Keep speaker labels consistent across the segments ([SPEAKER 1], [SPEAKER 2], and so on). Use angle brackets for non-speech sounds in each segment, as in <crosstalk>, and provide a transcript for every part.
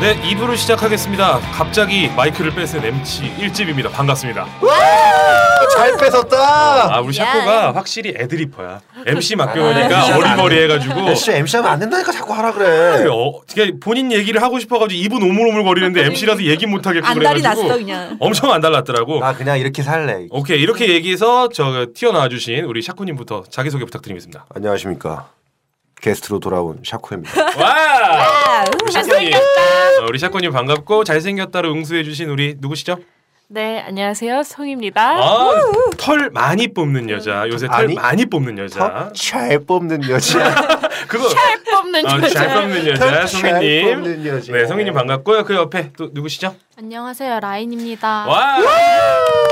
[SPEAKER 1] 네, 2부를 시작하겠습니다. 갑자기 마이크를 뺏은 MC 1집입니다. 반갑습니다.
[SPEAKER 2] 잘 뺏었다.
[SPEAKER 1] 아, 우리 샤코가 확실히 애드리퍼야. MC 맡겨오니까
[SPEAKER 2] 아,
[SPEAKER 1] 어리머리해가지고
[SPEAKER 2] MC MC 하면 안 된다니까 자꾸 하라 그래.
[SPEAKER 1] 어, 그냥 본인 얘기를 하고 싶어가지고 입은 오물오물거리는데 MC라서 얘기 못하겠고
[SPEAKER 3] 아, 안달이 났어
[SPEAKER 1] 그래가지고
[SPEAKER 3] 그냥.
[SPEAKER 1] 엄청 안달났더라고.
[SPEAKER 2] 나 아, 그냥 이렇게 살래.
[SPEAKER 1] 오케이, 이렇게 얘기해서 저 튀어나와 주신 우리 샤코님부터 자기소개 부탁드리겠습니다.
[SPEAKER 2] 안녕하십니까. 게스트로 돌아온 샤코입니다.
[SPEAKER 1] 와!
[SPEAKER 3] 아,
[SPEAKER 1] 우리 샤코님. 어, 우리 샤코님 반갑고 잘생겼다로 응수해주신 우리 누구시죠?
[SPEAKER 4] 네, 안녕하세요. 성입니다.
[SPEAKER 1] 아, 털 많이 뽑는 여자. 요새 털
[SPEAKER 2] 아니?
[SPEAKER 1] 많이 뽑는 여자.
[SPEAKER 2] 잘 뽑는 <laughs> 여자.
[SPEAKER 1] 그거
[SPEAKER 4] 잘 뽑는
[SPEAKER 1] 아,
[SPEAKER 4] 여자.
[SPEAKER 1] 잘 뽑는 여자
[SPEAKER 2] 잘
[SPEAKER 1] 성희님.
[SPEAKER 2] 뽑는 여자.
[SPEAKER 1] 네, 성희님 반갑고요. 그 옆에 또 누구시죠?
[SPEAKER 4] <laughs> 안녕하세요. 라인입니다.
[SPEAKER 1] 와!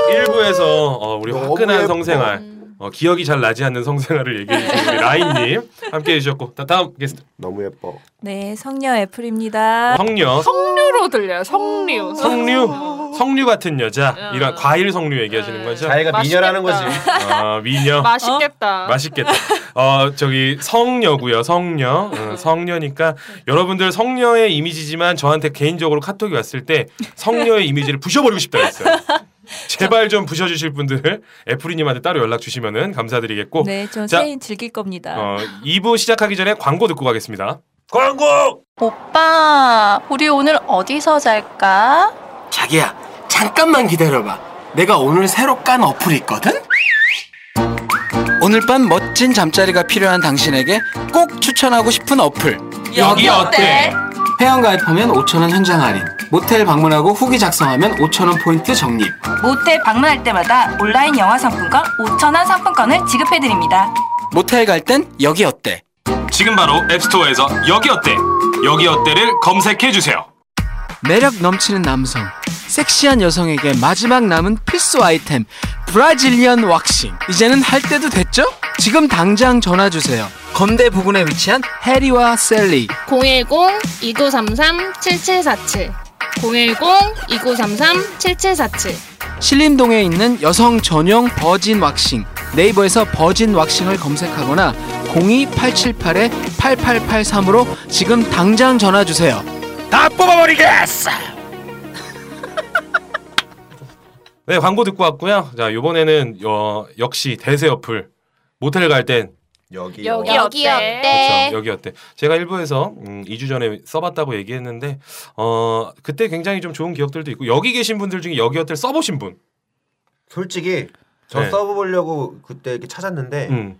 [SPEAKER 1] 1부에서 어, 우리
[SPEAKER 2] 너무
[SPEAKER 1] 화끈한
[SPEAKER 2] 예뻐.
[SPEAKER 1] 성생활, 어, 기억이 잘 나지 않는 성생활을 얘기해 주신 우리 라인님 함께 해주셨고 다- 다음 게스트
[SPEAKER 2] 너무 예뻐.
[SPEAKER 3] 네, 성녀 애플입니다.
[SPEAKER 1] 성녀,
[SPEAKER 4] 아, 성류로 들려요. 성류. 아.
[SPEAKER 1] 성류, 성류 같은 여자 이런 과일 성류 얘기하시는 거죠?
[SPEAKER 2] 자기가 미녀라는 거지.
[SPEAKER 1] 아, 미녀. 아.
[SPEAKER 4] 맛있겠다.
[SPEAKER 1] 맛있겠다. 어 저기 성녀고요 성녀 어, 성녀니까 여러분들 성녀의 이미지지만 저한테 개인적으로 카톡이 왔을 때 성녀의 이미지를 부셔버리고 싶다 <laughs> 했어요. 제발 좀 부셔주실 분들 애프리님한테 따로 연락 주시면은 감사드리겠고
[SPEAKER 3] 네, 전
[SPEAKER 1] 자.
[SPEAKER 3] 세인 즐길 겁니다.
[SPEAKER 1] 어 2부 시작하기 전에 광고 듣고 가겠습니다.
[SPEAKER 2] 광고.
[SPEAKER 5] 오빠, 우리 오늘 어디서 잘까?
[SPEAKER 6] 자기야, 잠깐만 기다려봐. 내가 오늘 새로 깐 어플이 있거든?
[SPEAKER 7] 오늘 밤 멋진 잠자리가 필요한 당신에게 꼭 추천하고 싶은 어플
[SPEAKER 1] 여기
[SPEAKER 3] 네.
[SPEAKER 1] 어때?
[SPEAKER 6] 회원 가입하면 5,000원 현장 할인. 모텔 방문하고 후기 작성하면 5,000원 포인트 적립.
[SPEAKER 5] 모텔 방문할 때마다 온라인 영화 상품권 5천원 상품권을 지급해드립니다.
[SPEAKER 7] 모텔 갈 땐 여기 어때?
[SPEAKER 1] 지금 바로 앱스토어에서 여기 어때 여기 어때를 검색해 주세요.
[SPEAKER 7] 매력 넘치는 남성, 섹시한 여성에게 마지막 남은 필수 아이템 브라질리언 왁싱. 이제는 할 때도 됐죠? 지금 당장 전화 주세요. 건대 부근에 위치한 해리와 셀리.
[SPEAKER 4] 010-2933-7747 010-2933-7747
[SPEAKER 7] 신림동에 있는 여성 전용 버진 왁싱 네이버에서 버진 왁싱을 검색하거나 02878-8883으로 지금 당장 전화 주세요.
[SPEAKER 1] 네, 광고 듣고 왔고요. 자, 요번에는 어, 역시 대세 어플 모텔 갈땐
[SPEAKER 2] 여기. 어.
[SPEAKER 4] 여기 여기 어때?
[SPEAKER 1] 그렇죠. 여기 어때? 제가 일부에서 음, 2주 전에 써봤다고 얘기했는데 어, 그때 굉장히 좀 좋은 기억들도 있고 여기 계신 분들 중에 여기 어때 써보신 분.
[SPEAKER 2] 솔직히 저
[SPEAKER 1] 네.
[SPEAKER 2] 써보려고 그때 이렇게 찾았는데
[SPEAKER 1] 음,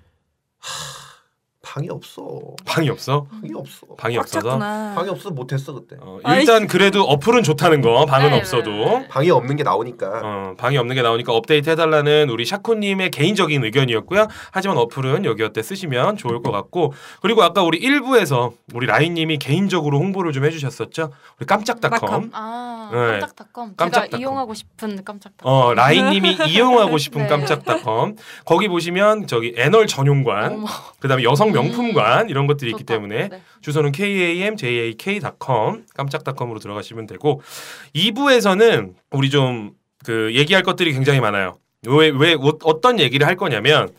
[SPEAKER 2] 방이 없어.
[SPEAKER 1] 방이 없어?
[SPEAKER 2] 방이 없어.
[SPEAKER 1] 방이
[SPEAKER 3] 꽉
[SPEAKER 1] 없어서.
[SPEAKER 3] 찼구나.
[SPEAKER 2] 방이 없어 못했어 그때.
[SPEAKER 1] 어, 일단 그래도 어플은 좋다는 거. 방은
[SPEAKER 4] 네,
[SPEAKER 1] 없어도.
[SPEAKER 4] 네.
[SPEAKER 2] 방이 없는 게 나오니까.
[SPEAKER 1] 어, 방이 없는 게 나오니까 업데이트 해달라는 우리 샤코님의 개인적인 의견이었고요. 하지만 어플은 여기 어때 쓰시면 좋을 것 같고 그리고 아까 우리 1부에서 우리 라인님이 개인적으로 홍보를 좀 해주셨었죠. 우리 깜짝닷컴.
[SPEAKER 4] 아,
[SPEAKER 1] 네.
[SPEAKER 4] 깜짝닷컴.
[SPEAKER 1] 깜짝닷컴.
[SPEAKER 4] 제가 이용하고 싶은 깜짝닷컴.
[SPEAKER 1] 어
[SPEAKER 4] <laughs>
[SPEAKER 1] 라인님이 이용하고 싶은
[SPEAKER 4] 네.
[SPEAKER 1] 깜짝닷컴 거기 보시면 저기 애널 전용관
[SPEAKER 4] 어머.
[SPEAKER 1] 그다음에 여성 명품관 이런 것들이 있기
[SPEAKER 4] 좋다.
[SPEAKER 1] 때문에
[SPEAKER 4] 네.
[SPEAKER 1] 주소는 kamjak.com 깜짝닷컴으로 들어가시면 되고 2부에서는 우리 좀 그 얘기할 것들이 굉장히 많아요 왜 왜 어떤 얘기를 할 거냐면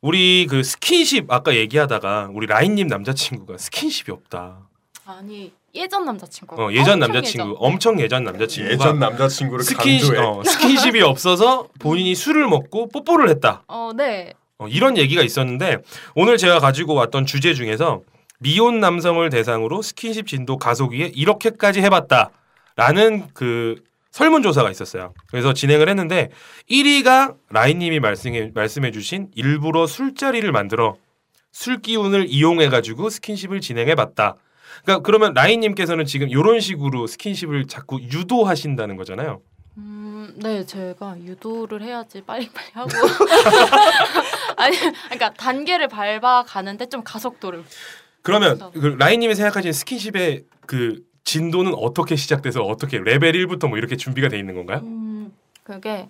[SPEAKER 1] 우리 그 스킨십 아까 얘기하다가 우리 라인님 남자친구가 스킨십이 없다
[SPEAKER 4] 아니, 예전 남자친구.
[SPEAKER 1] 어, 예전
[SPEAKER 4] 엄청
[SPEAKER 1] 남자친구 엄청 예전 남자친구가
[SPEAKER 2] 남자친구를
[SPEAKER 1] 스킨십, 어, 스킨십이 없어서 본인이 술을 먹고 뽀뽀를 했다.
[SPEAKER 4] 어, 네.
[SPEAKER 1] 어, 이런 얘기가 있었는데 오늘 제가 가지고 왔던 주제 중에서 미혼 남성을 대상으로 스킨십 진도 가속위에 이렇게까지 해봤다. 라는 그 설문조사가 있었어요. 그래서 진행을 했는데 1위가 라인님이 말씀해, 말씀해주신 일부러 술자리를 만들어 술 기운을 이용해가지고 스킨십을 진행해봤다. 그러니까 그러면 라인님께서는 지금 이런 식으로 스킨십을 자꾸 유도하신다는 거잖아요.
[SPEAKER 4] 음, 네, 제가 유도를 해야지 빨리빨리 하고. 아니, 그러니까 단계를 밟아 가는데 좀 가속도를.
[SPEAKER 1] 그러면
[SPEAKER 4] 그래서.
[SPEAKER 1] 그 라인님이 생각하신 스킨십의 그 진도는 어떻게 시작돼서 어떻게 레벨 1부터 뭐 이렇게 준비가 돼 있는 건가요?
[SPEAKER 4] 음, 그게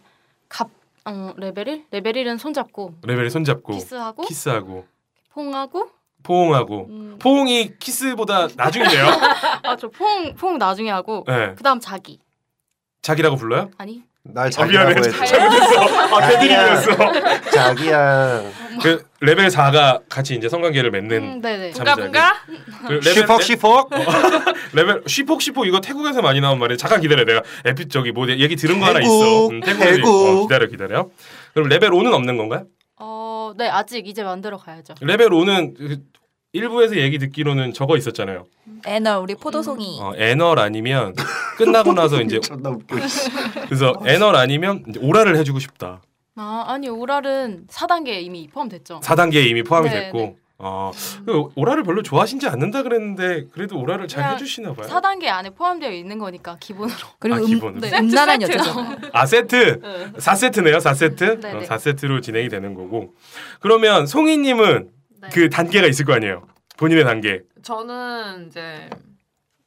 [SPEAKER 4] 갑 어, 레벨 1? 레벨 1은 손잡고
[SPEAKER 1] 레벨에 손잡고
[SPEAKER 4] 키스하고
[SPEAKER 1] 키스하고
[SPEAKER 4] 퐁하고
[SPEAKER 1] 포옹하고
[SPEAKER 4] 음,
[SPEAKER 1] 포옹이 키스보다 나중이네요.
[SPEAKER 4] <laughs> 아저퐁퐁 나중에 하고
[SPEAKER 1] 네.
[SPEAKER 4] 그다음 자기
[SPEAKER 1] 자기라고 불러요?
[SPEAKER 4] 아니
[SPEAKER 2] 날
[SPEAKER 1] 아, 미안해.
[SPEAKER 2] 자기라고 했지.
[SPEAKER 1] 아, 대드립이었어.
[SPEAKER 2] 자기야.
[SPEAKER 1] 그 레벨 4가 같이 이제 성관계를 맺는
[SPEAKER 4] 음, 네네
[SPEAKER 1] 잠자리. 그 레벨
[SPEAKER 2] 시퍽 시퍽.
[SPEAKER 1] 레벨 쉬폭 쉬폭 이거 태국에서 많이 나온 말이에요. 잠깐 기다려 내가 에피 저기 뭐 얘기 들은 거 하나
[SPEAKER 2] 태국,
[SPEAKER 1] 있어. 음, 태국에도
[SPEAKER 2] 태국.
[SPEAKER 1] 있고. 어, 기다려 기다려. 그럼 레벨 5는 없는 건가요?
[SPEAKER 4] 어네 아직 이제 만들어 가야죠
[SPEAKER 1] 레벨 5는 그 일부에서 얘기 듣기로는 저거 있었잖아요.
[SPEAKER 3] 애널 우리 포도송이.
[SPEAKER 1] 어, 애널 아니면 끝나고
[SPEAKER 4] <laughs>
[SPEAKER 1] 나서 이제
[SPEAKER 2] 존나 웃겨.
[SPEAKER 1] 그래서 애널 아니면 이제 오라를 해주고 싶다.
[SPEAKER 4] 아 아니 오랄은 4단계에 이미 포함됐죠
[SPEAKER 1] 4단계에 이미 포함이
[SPEAKER 4] 네,
[SPEAKER 1] 됐고.
[SPEAKER 4] 네.
[SPEAKER 1] 어, 그 오라를 별로 좋아하신지 않는다 그랬는데 그래도 오라를 잘
[SPEAKER 4] 그냥
[SPEAKER 1] 해주시나 봐요.
[SPEAKER 4] 4단계 안에 포함되어 있는 거니까 기본으로
[SPEAKER 3] 그리고
[SPEAKER 1] 아,
[SPEAKER 3] 음,
[SPEAKER 1] 기본은.
[SPEAKER 4] 네.
[SPEAKER 3] 음란한
[SPEAKER 4] 세트, 세트로.
[SPEAKER 3] 여자잖아.
[SPEAKER 1] 아 세트
[SPEAKER 4] 네.
[SPEAKER 1] 4세트네요 4세트
[SPEAKER 4] 네,
[SPEAKER 1] 어,
[SPEAKER 4] 네.
[SPEAKER 1] 4세트로 진행이 되는 거고 그러면 송이님은
[SPEAKER 4] 네.
[SPEAKER 1] 그 단계가 있을 거 아니에요 본인의 단계
[SPEAKER 8] 저는 이제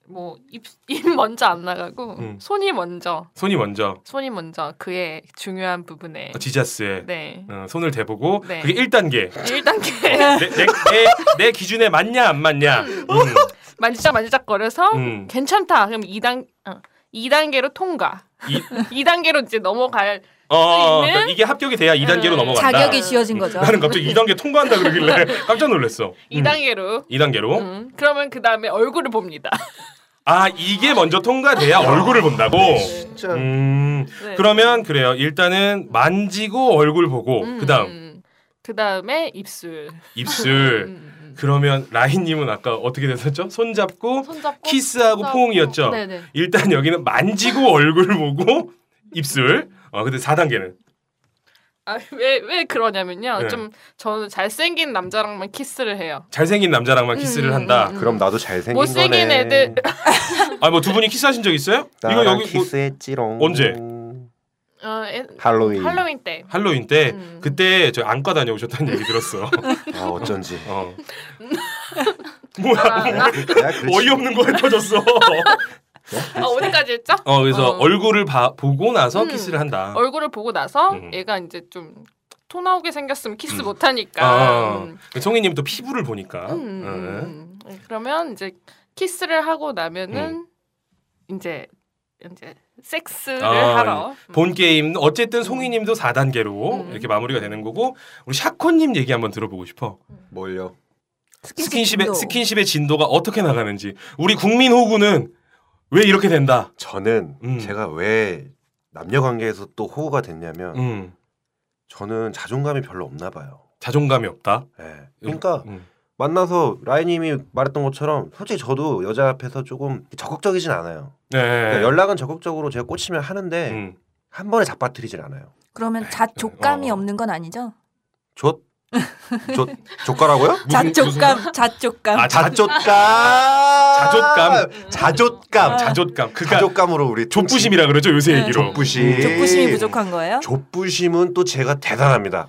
[SPEAKER 8] 뭐 입 입 먼저 안 나가고
[SPEAKER 1] 음.
[SPEAKER 8] 손이 먼저
[SPEAKER 1] 손이 먼저
[SPEAKER 8] 손이 먼저 그의 중요한 부분에
[SPEAKER 1] 어, 지자스에
[SPEAKER 8] 네
[SPEAKER 1] 어, 손을 대보고
[SPEAKER 8] 네.
[SPEAKER 1] 그게 1단계
[SPEAKER 8] 1단계 <laughs>
[SPEAKER 1] 내, 내, 내, 내 기준에 맞냐 안 맞냐 음,
[SPEAKER 8] 만지작 만지작거려서
[SPEAKER 1] 음.
[SPEAKER 8] 괜찮다 그럼 2단 어, 2단계로 통과
[SPEAKER 1] 이-
[SPEAKER 8] 2단계로 <laughs> 이제 넘어갈
[SPEAKER 1] 어,
[SPEAKER 8] 수 있는?
[SPEAKER 1] 그러니까 이게 합격이 돼야 2단계로
[SPEAKER 8] 음.
[SPEAKER 1] 넘어간다
[SPEAKER 3] 자격이 지어진 거죠.
[SPEAKER 1] 나는 갑자기 2단계 통과한다 그러길래 <laughs> 깜짝 놀랐어
[SPEAKER 8] 음.
[SPEAKER 1] 음.
[SPEAKER 8] 2단계로
[SPEAKER 1] 2단계로
[SPEAKER 8] 음. 그러면 그 다음에 얼굴을 봅니다
[SPEAKER 1] 아 이게 먼저 통과돼야 얼굴을 본다고
[SPEAKER 2] 진짜.
[SPEAKER 1] 음,
[SPEAKER 8] 네.
[SPEAKER 1] 그러면 그래요 일단은 만지고 얼굴 보고
[SPEAKER 8] 음,
[SPEAKER 1] 어, 그다음
[SPEAKER 8] 음. 그다음에 입술
[SPEAKER 1] 입술.
[SPEAKER 8] 음,
[SPEAKER 1] 그러면 라인님은 아까 어떻게 됐었죠? 손잡고
[SPEAKER 4] 손잡고
[SPEAKER 1] 키스하고
[SPEAKER 4] 손잡고.
[SPEAKER 1] 포옹이었죠?
[SPEAKER 4] 네네
[SPEAKER 1] 일단 여기는 만지고 얼굴 보고 <laughs> 입술. 어 근데 4단계는
[SPEAKER 8] 아왜 왜 그러냐면요
[SPEAKER 1] 네.
[SPEAKER 8] 좀 저는 잘생긴 남자랑만 키스를 해요
[SPEAKER 1] 잘생긴 남자랑만 키스를
[SPEAKER 8] 음,
[SPEAKER 1] 한다.
[SPEAKER 8] 음,
[SPEAKER 2] 그럼 나도 잘생긴
[SPEAKER 8] 못생긴
[SPEAKER 2] 거네.
[SPEAKER 8] 애들.
[SPEAKER 1] 아 뭐 두 분이 키스하신 적 있어요? 이거
[SPEAKER 2] 나랑
[SPEAKER 1] 여기 뭐
[SPEAKER 2] 키스했지롱.
[SPEAKER 1] 언제?
[SPEAKER 8] 어, 애-
[SPEAKER 2] 할로윈.
[SPEAKER 8] 할로윈 때
[SPEAKER 1] 할로윈 때
[SPEAKER 8] 음.
[SPEAKER 1] 네. 그때 저 안과 다녀오셨다는 얘기 들었어.
[SPEAKER 2] <laughs> 아 어쩐지.
[SPEAKER 1] 어. 뭐야? <laughs>
[SPEAKER 8] 아,
[SPEAKER 2] 내가 그렇지.
[SPEAKER 1] 어이없는 거에
[SPEAKER 2] <laughs>
[SPEAKER 1] 터졌어.
[SPEAKER 8] 아, 어디까지 했죠?
[SPEAKER 1] 어 그래서
[SPEAKER 8] 어.
[SPEAKER 1] 얼굴을 봐, 보고 나서
[SPEAKER 8] 음.
[SPEAKER 1] 키스를 한다.
[SPEAKER 8] 얼굴을 보고 나서
[SPEAKER 1] 음.
[SPEAKER 8] 얘가 이제 좀 토 나오게 생겼으면 키스
[SPEAKER 1] 음.
[SPEAKER 8] 못 하니까.
[SPEAKER 1] 아,
[SPEAKER 8] 음.
[SPEAKER 1] 송이님 또 피부를 보니까.
[SPEAKER 8] 음,
[SPEAKER 1] 어.
[SPEAKER 8] 음, 음. 그러면 이제 키스를 하고 나면은 이제 이제 섹스를
[SPEAKER 1] 음. 아,
[SPEAKER 8] 하러.
[SPEAKER 1] 본 게임 어쨌든 송이님도 4단계로
[SPEAKER 8] 음.
[SPEAKER 1] 이렇게 마무리가 되는 거고 우리 샤코님 얘기 한번 들어보고 싶어
[SPEAKER 2] 뭘요?
[SPEAKER 1] 스킨십의 스킨십의 진도가 어떻게 나가는지 우리 국민 호구는 왜 이렇게 된다
[SPEAKER 2] 저는
[SPEAKER 1] 음.
[SPEAKER 2] 제가 왜 남녀 관계에서 또 호구가 됐냐면
[SPEAKER 1] 음
[SPEAKER 2] 저는 자존감이 별로 없나 봐요.
[SPEAKER 1] 자존감이 없다
[SPEAKER 2] 예. 그러니까
[SPEAKER 1] 음.
[SPEAKER 2] 만나서 라이님이 말했던 것처럼 솔직히 저도 여자 앞에서 조금 적극적이진 않아요.
[SPEAKER 1] 네
[SPEAKER 2] 그러니까 연락은 적극적으로 제가 꽂히면 하는데
[SPEAKER 1] 음.
[SPEAKER 2] 한 번에 잡아뜨리질 않아요.
[SPEAKER 3] 그러면 자족감이
[SPEAKER 1] 어.
[SPEAKER 3] 없는 건 아니죠?
[SPEAKER 2] 좆? 좆? 족가라고요?
[SPEAKER 1] 무슨-
[SPEAKER 3] 자족감, 자족감.
[SPEAKER 1] 아 자,
[SPEAKER 2] 자존감.
[SPEAKER 1] 자존감. 아.
[SPEAKER 2] 자존감.
[SPEAKER 1] 자존감 그니까
[SPEAKER 2] 아. 자존감으로 우리
[SPEAKER 1] 족부심이라 그러죠 요새 얘기로 음. 네.
[SPEAKER 2] 족부심.
[SPEAKER 3] 족부심이 부족한 거예요?
[SPEAKER 2] 족부심은 또 제가 대단합니다.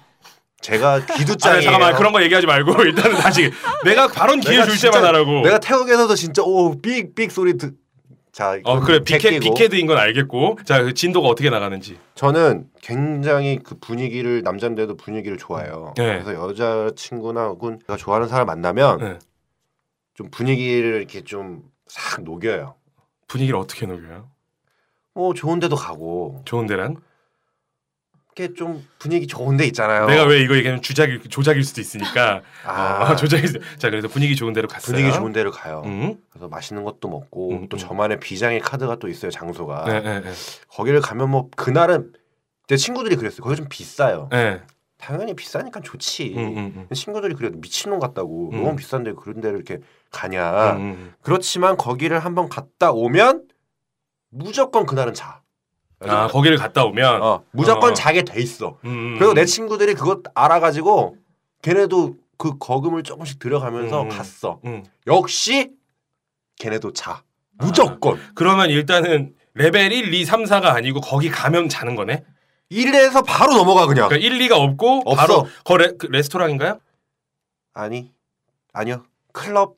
[SPEAKER 2] 제가
[SPEAKER 1] 아,
[SPEAKER 2] 귀두짱이에요.
[SPEAKER 1] 네, 잠깐만 그런 거 얘기하지 말고 <laughs> 일단은 다시 내가 발언 기회
[SPEAKER 2] 내가
[SPEAKER 1] 줄
[SPEAKER 2] 진짜-
[SPEAKER 1] 때만 하라고
[SPEAKER 2] 내가 태국에서도 진짜 오 빅빅 소리 듣. 자,
[SPEAKER 1] 어 그래 비케
[SPEAKER 2] 제끼고.
[SPEAKER 1] 비케드인 건 알겠고 자그 진도가 어떻게 나가는지
[SPEAKER 2] 저는 굉장히 그 분위기를 남자인데도 분위기를 좋아해요.
[SPEAKER 1] 네.
[SPEAKER 2] 그래서 여자 친구나 혹은 제가 좋아하는 사람 만나면
[SPEAKER 1] 네.
[SPEAKER 2] 좀 분위기를 이렇게 좀 싹 녹여요.
[SPEAKER 1] 분위기를 어떻게 녹여요
[SPEAKER 2] 뭐 좋은데도 가고
[SPEAKER 1] 좋은 데란
[SPEAKER 2] 이렇게 좀 분위기 좋은데 있잖아요.
[SPEAKER 1] 내가 왜 이거 얘기하면 주작일 조작일 수도 있으니까
[SPEAKER 2] 어. 아,
[SPEAKER 1] 어, <laughs> 조작일 수- 자 그래서 분위기 좋은 데로 갔어요.
[SPEAKER 2] 분위기 좋은 데를 가요.
[SPEAKER 1] 음.
[SPEAKER 2] 그래서 맛있는 것도 먹고
[SPEAKER 1] 음,
[SPEAKER 2] 또
[SPEAKER 1] 음.
[SPEAKER 2] 저만의 비장의 카드가 또 있어요 장소가.
[SPEAKER 1] 네, 네, 네.
[SPEAKER 2] 거기를 가면 뭐 그날은 제 친구들이 그랬어요. 거기 좀 비싸요.
[SPEAKER 1] 네.
[SPEAKER 2] 당연히 비싸니까 좋지.
[SPEAKER 1] 음, 음, 음.
[SPEAKER 2] 친구들이 그래 미친놈 같다고
[SPEAKER 1] 음.
[SPEAKER 2] 너무 비싼데 그런 데를 이렇게 가냐.
[SPEAKER 1] 음, 음.
[SPEAKER 2] 그렇지만 거기를 한번 갔다 오면 무조건 그날은 자.
[SPEAKER 1] 아 거기를 갔다 오면
[SPEAKER 2] 어, 무조건
[SPEAKER 1] 어.
[SPEAKER 2] 자게 돼 있어.
[SPEAKER 1] 음, 음,
[SPEAKER 2] 그리고 내
[SPEAKER 1] 음.
[SPEAKER 2] 친구들이 그것 알아가지고 걔네도 그 거금을 조금씩 들여가면서
[SPEAKER 1] 음.
[SPEAKER 2] 갔어.
[SPEAKER 1] 음. 아.
[SPEAKER 2] 역시 걔네도 자. 무조건.
[SPEAKER 1] 그러면 일단은 레벨 1, 2, 3, 4가 아니고 거기 가면 자는 거네.
[SPEAKER 2] 이래서 바로 넘어가 그냥.
[SPEAKER 1] 그러니까 1, 2가 없고
[SPEAKER 2] 없어.
[SPEAKER 1] 바로 거 레, 그 레스토랑인가요?
[SPEAKER 2] 아니. 아니요. 클럽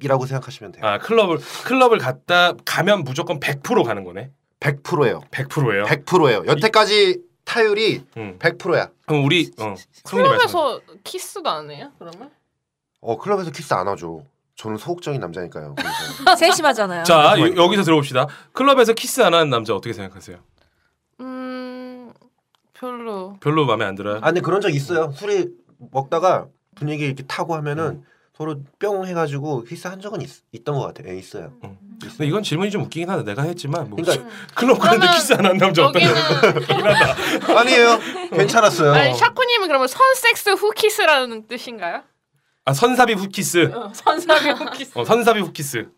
[SPEAKER 2] 클럽이라고 생각하시면 돼요.
[SPEAKER 1] 아 클럽을 클럽을 갔다 가면 무조건 100% 가는 거네.
[SPEAKER 9] 100%예요.
[SPEAKER 1] 100%예요.
[SPEAKER 9] 100%예요. 여태까지 타율이
[SPEAKER 1] 음.
[SPEAKER 9] 100%야.
[SPEAKER 1] 그럼 우리 어, 성민이 말씀.
[SPEAKER 8] 클럽에서 키스도 안 해요? 그러면?
[SPEAKER 9] 어 클럽에서 키스 안 하죠. 저는 소극적인 남자니까요. 그래서.
[SPEAKER 3] 세심하잖아요.
[SPEAKER 1] 자 여- 여기서 들어봅시다. 클럽에서 키스 안 하는 남자 어떻게 생각하세요?
[SPEAKER 8] 음 별로.
[SPEAKER 1] 별로 마음에 안 들어요.
[SPEAKER 2] 아 근데 그런 적 있어요. 술이 먹다가 분위기 이렇게 타고 하면은 서로 뿅 해가지고 키스 한 적은 있, 던것 같아요. 예, 있어요.
[SPEAKER 1] 근데 이건 질문이 좀 웃기긴 하다. 내가 했지만 뭐
[SPEAKER 2] 그러니까
[SPEAKER 1] 클럽 가는데
[SPEAKER 8] 그러면
[SPEAKER 1] 키스 안 하는 남자
[SPEAKER 8] 여기는
[SPEAKER 1] 어떠냐?
[SPEAKER 2] 아니에요. <laughs> 괜찮았어요.
[SPEAKER 8] 아니 샤쿠님은 그러면 선 섹스 후 키스라는 뜻인가요?
[SPEAKER 1] 아 선사비 후키스.
[SPEAKER 8] 선사비 후 어, 키스.
[SPEAKER 1] 어, 선사비 후키스.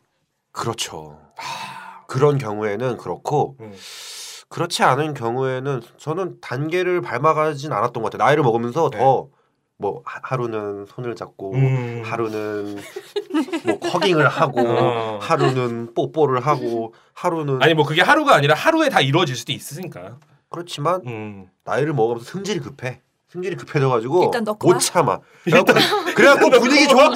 [SPEAKER 9] 그렇죠.
[SPEAKER 2] 그런 경우에는 그렇고
[SPEAKER 1] 음.
[SPEAKER 2] 그렇지 않은 경우에는 저는 단계를 밟아가진 않았던 것 같아요. 나이를 먹으면서 더 뭐 하루는 손을 잡고
[SPEAKER 1] 음.
[SPEAKER 2] 하루는 뭐 <laughs> 허깅을 하고
[SPEAKER 1] 어.
[SPEAKER 2] 하루는 뽀뽀를 하고 하루는
[SPEAKER 1] 아니 뭐 그게 하루가 아니라 하루에 다 이루어질 수도 있으니까.
[SPEAKER 2] 그렇지만
[SPEAKER 1] 음.
[SPEAKER 2] 나이를 먹으면서 성질이 급해. 성질이 급해져가지고
[SPEAKER 3] 일단 넣고
[SPEAKER 2] 못
[SPEAKER 3] 와.
[SPEAKER 2] 참아. 그래갖고,
[SPEAKER 1] <laughs>
[SPEAKER 2] 그래갖고 분위기 좋은.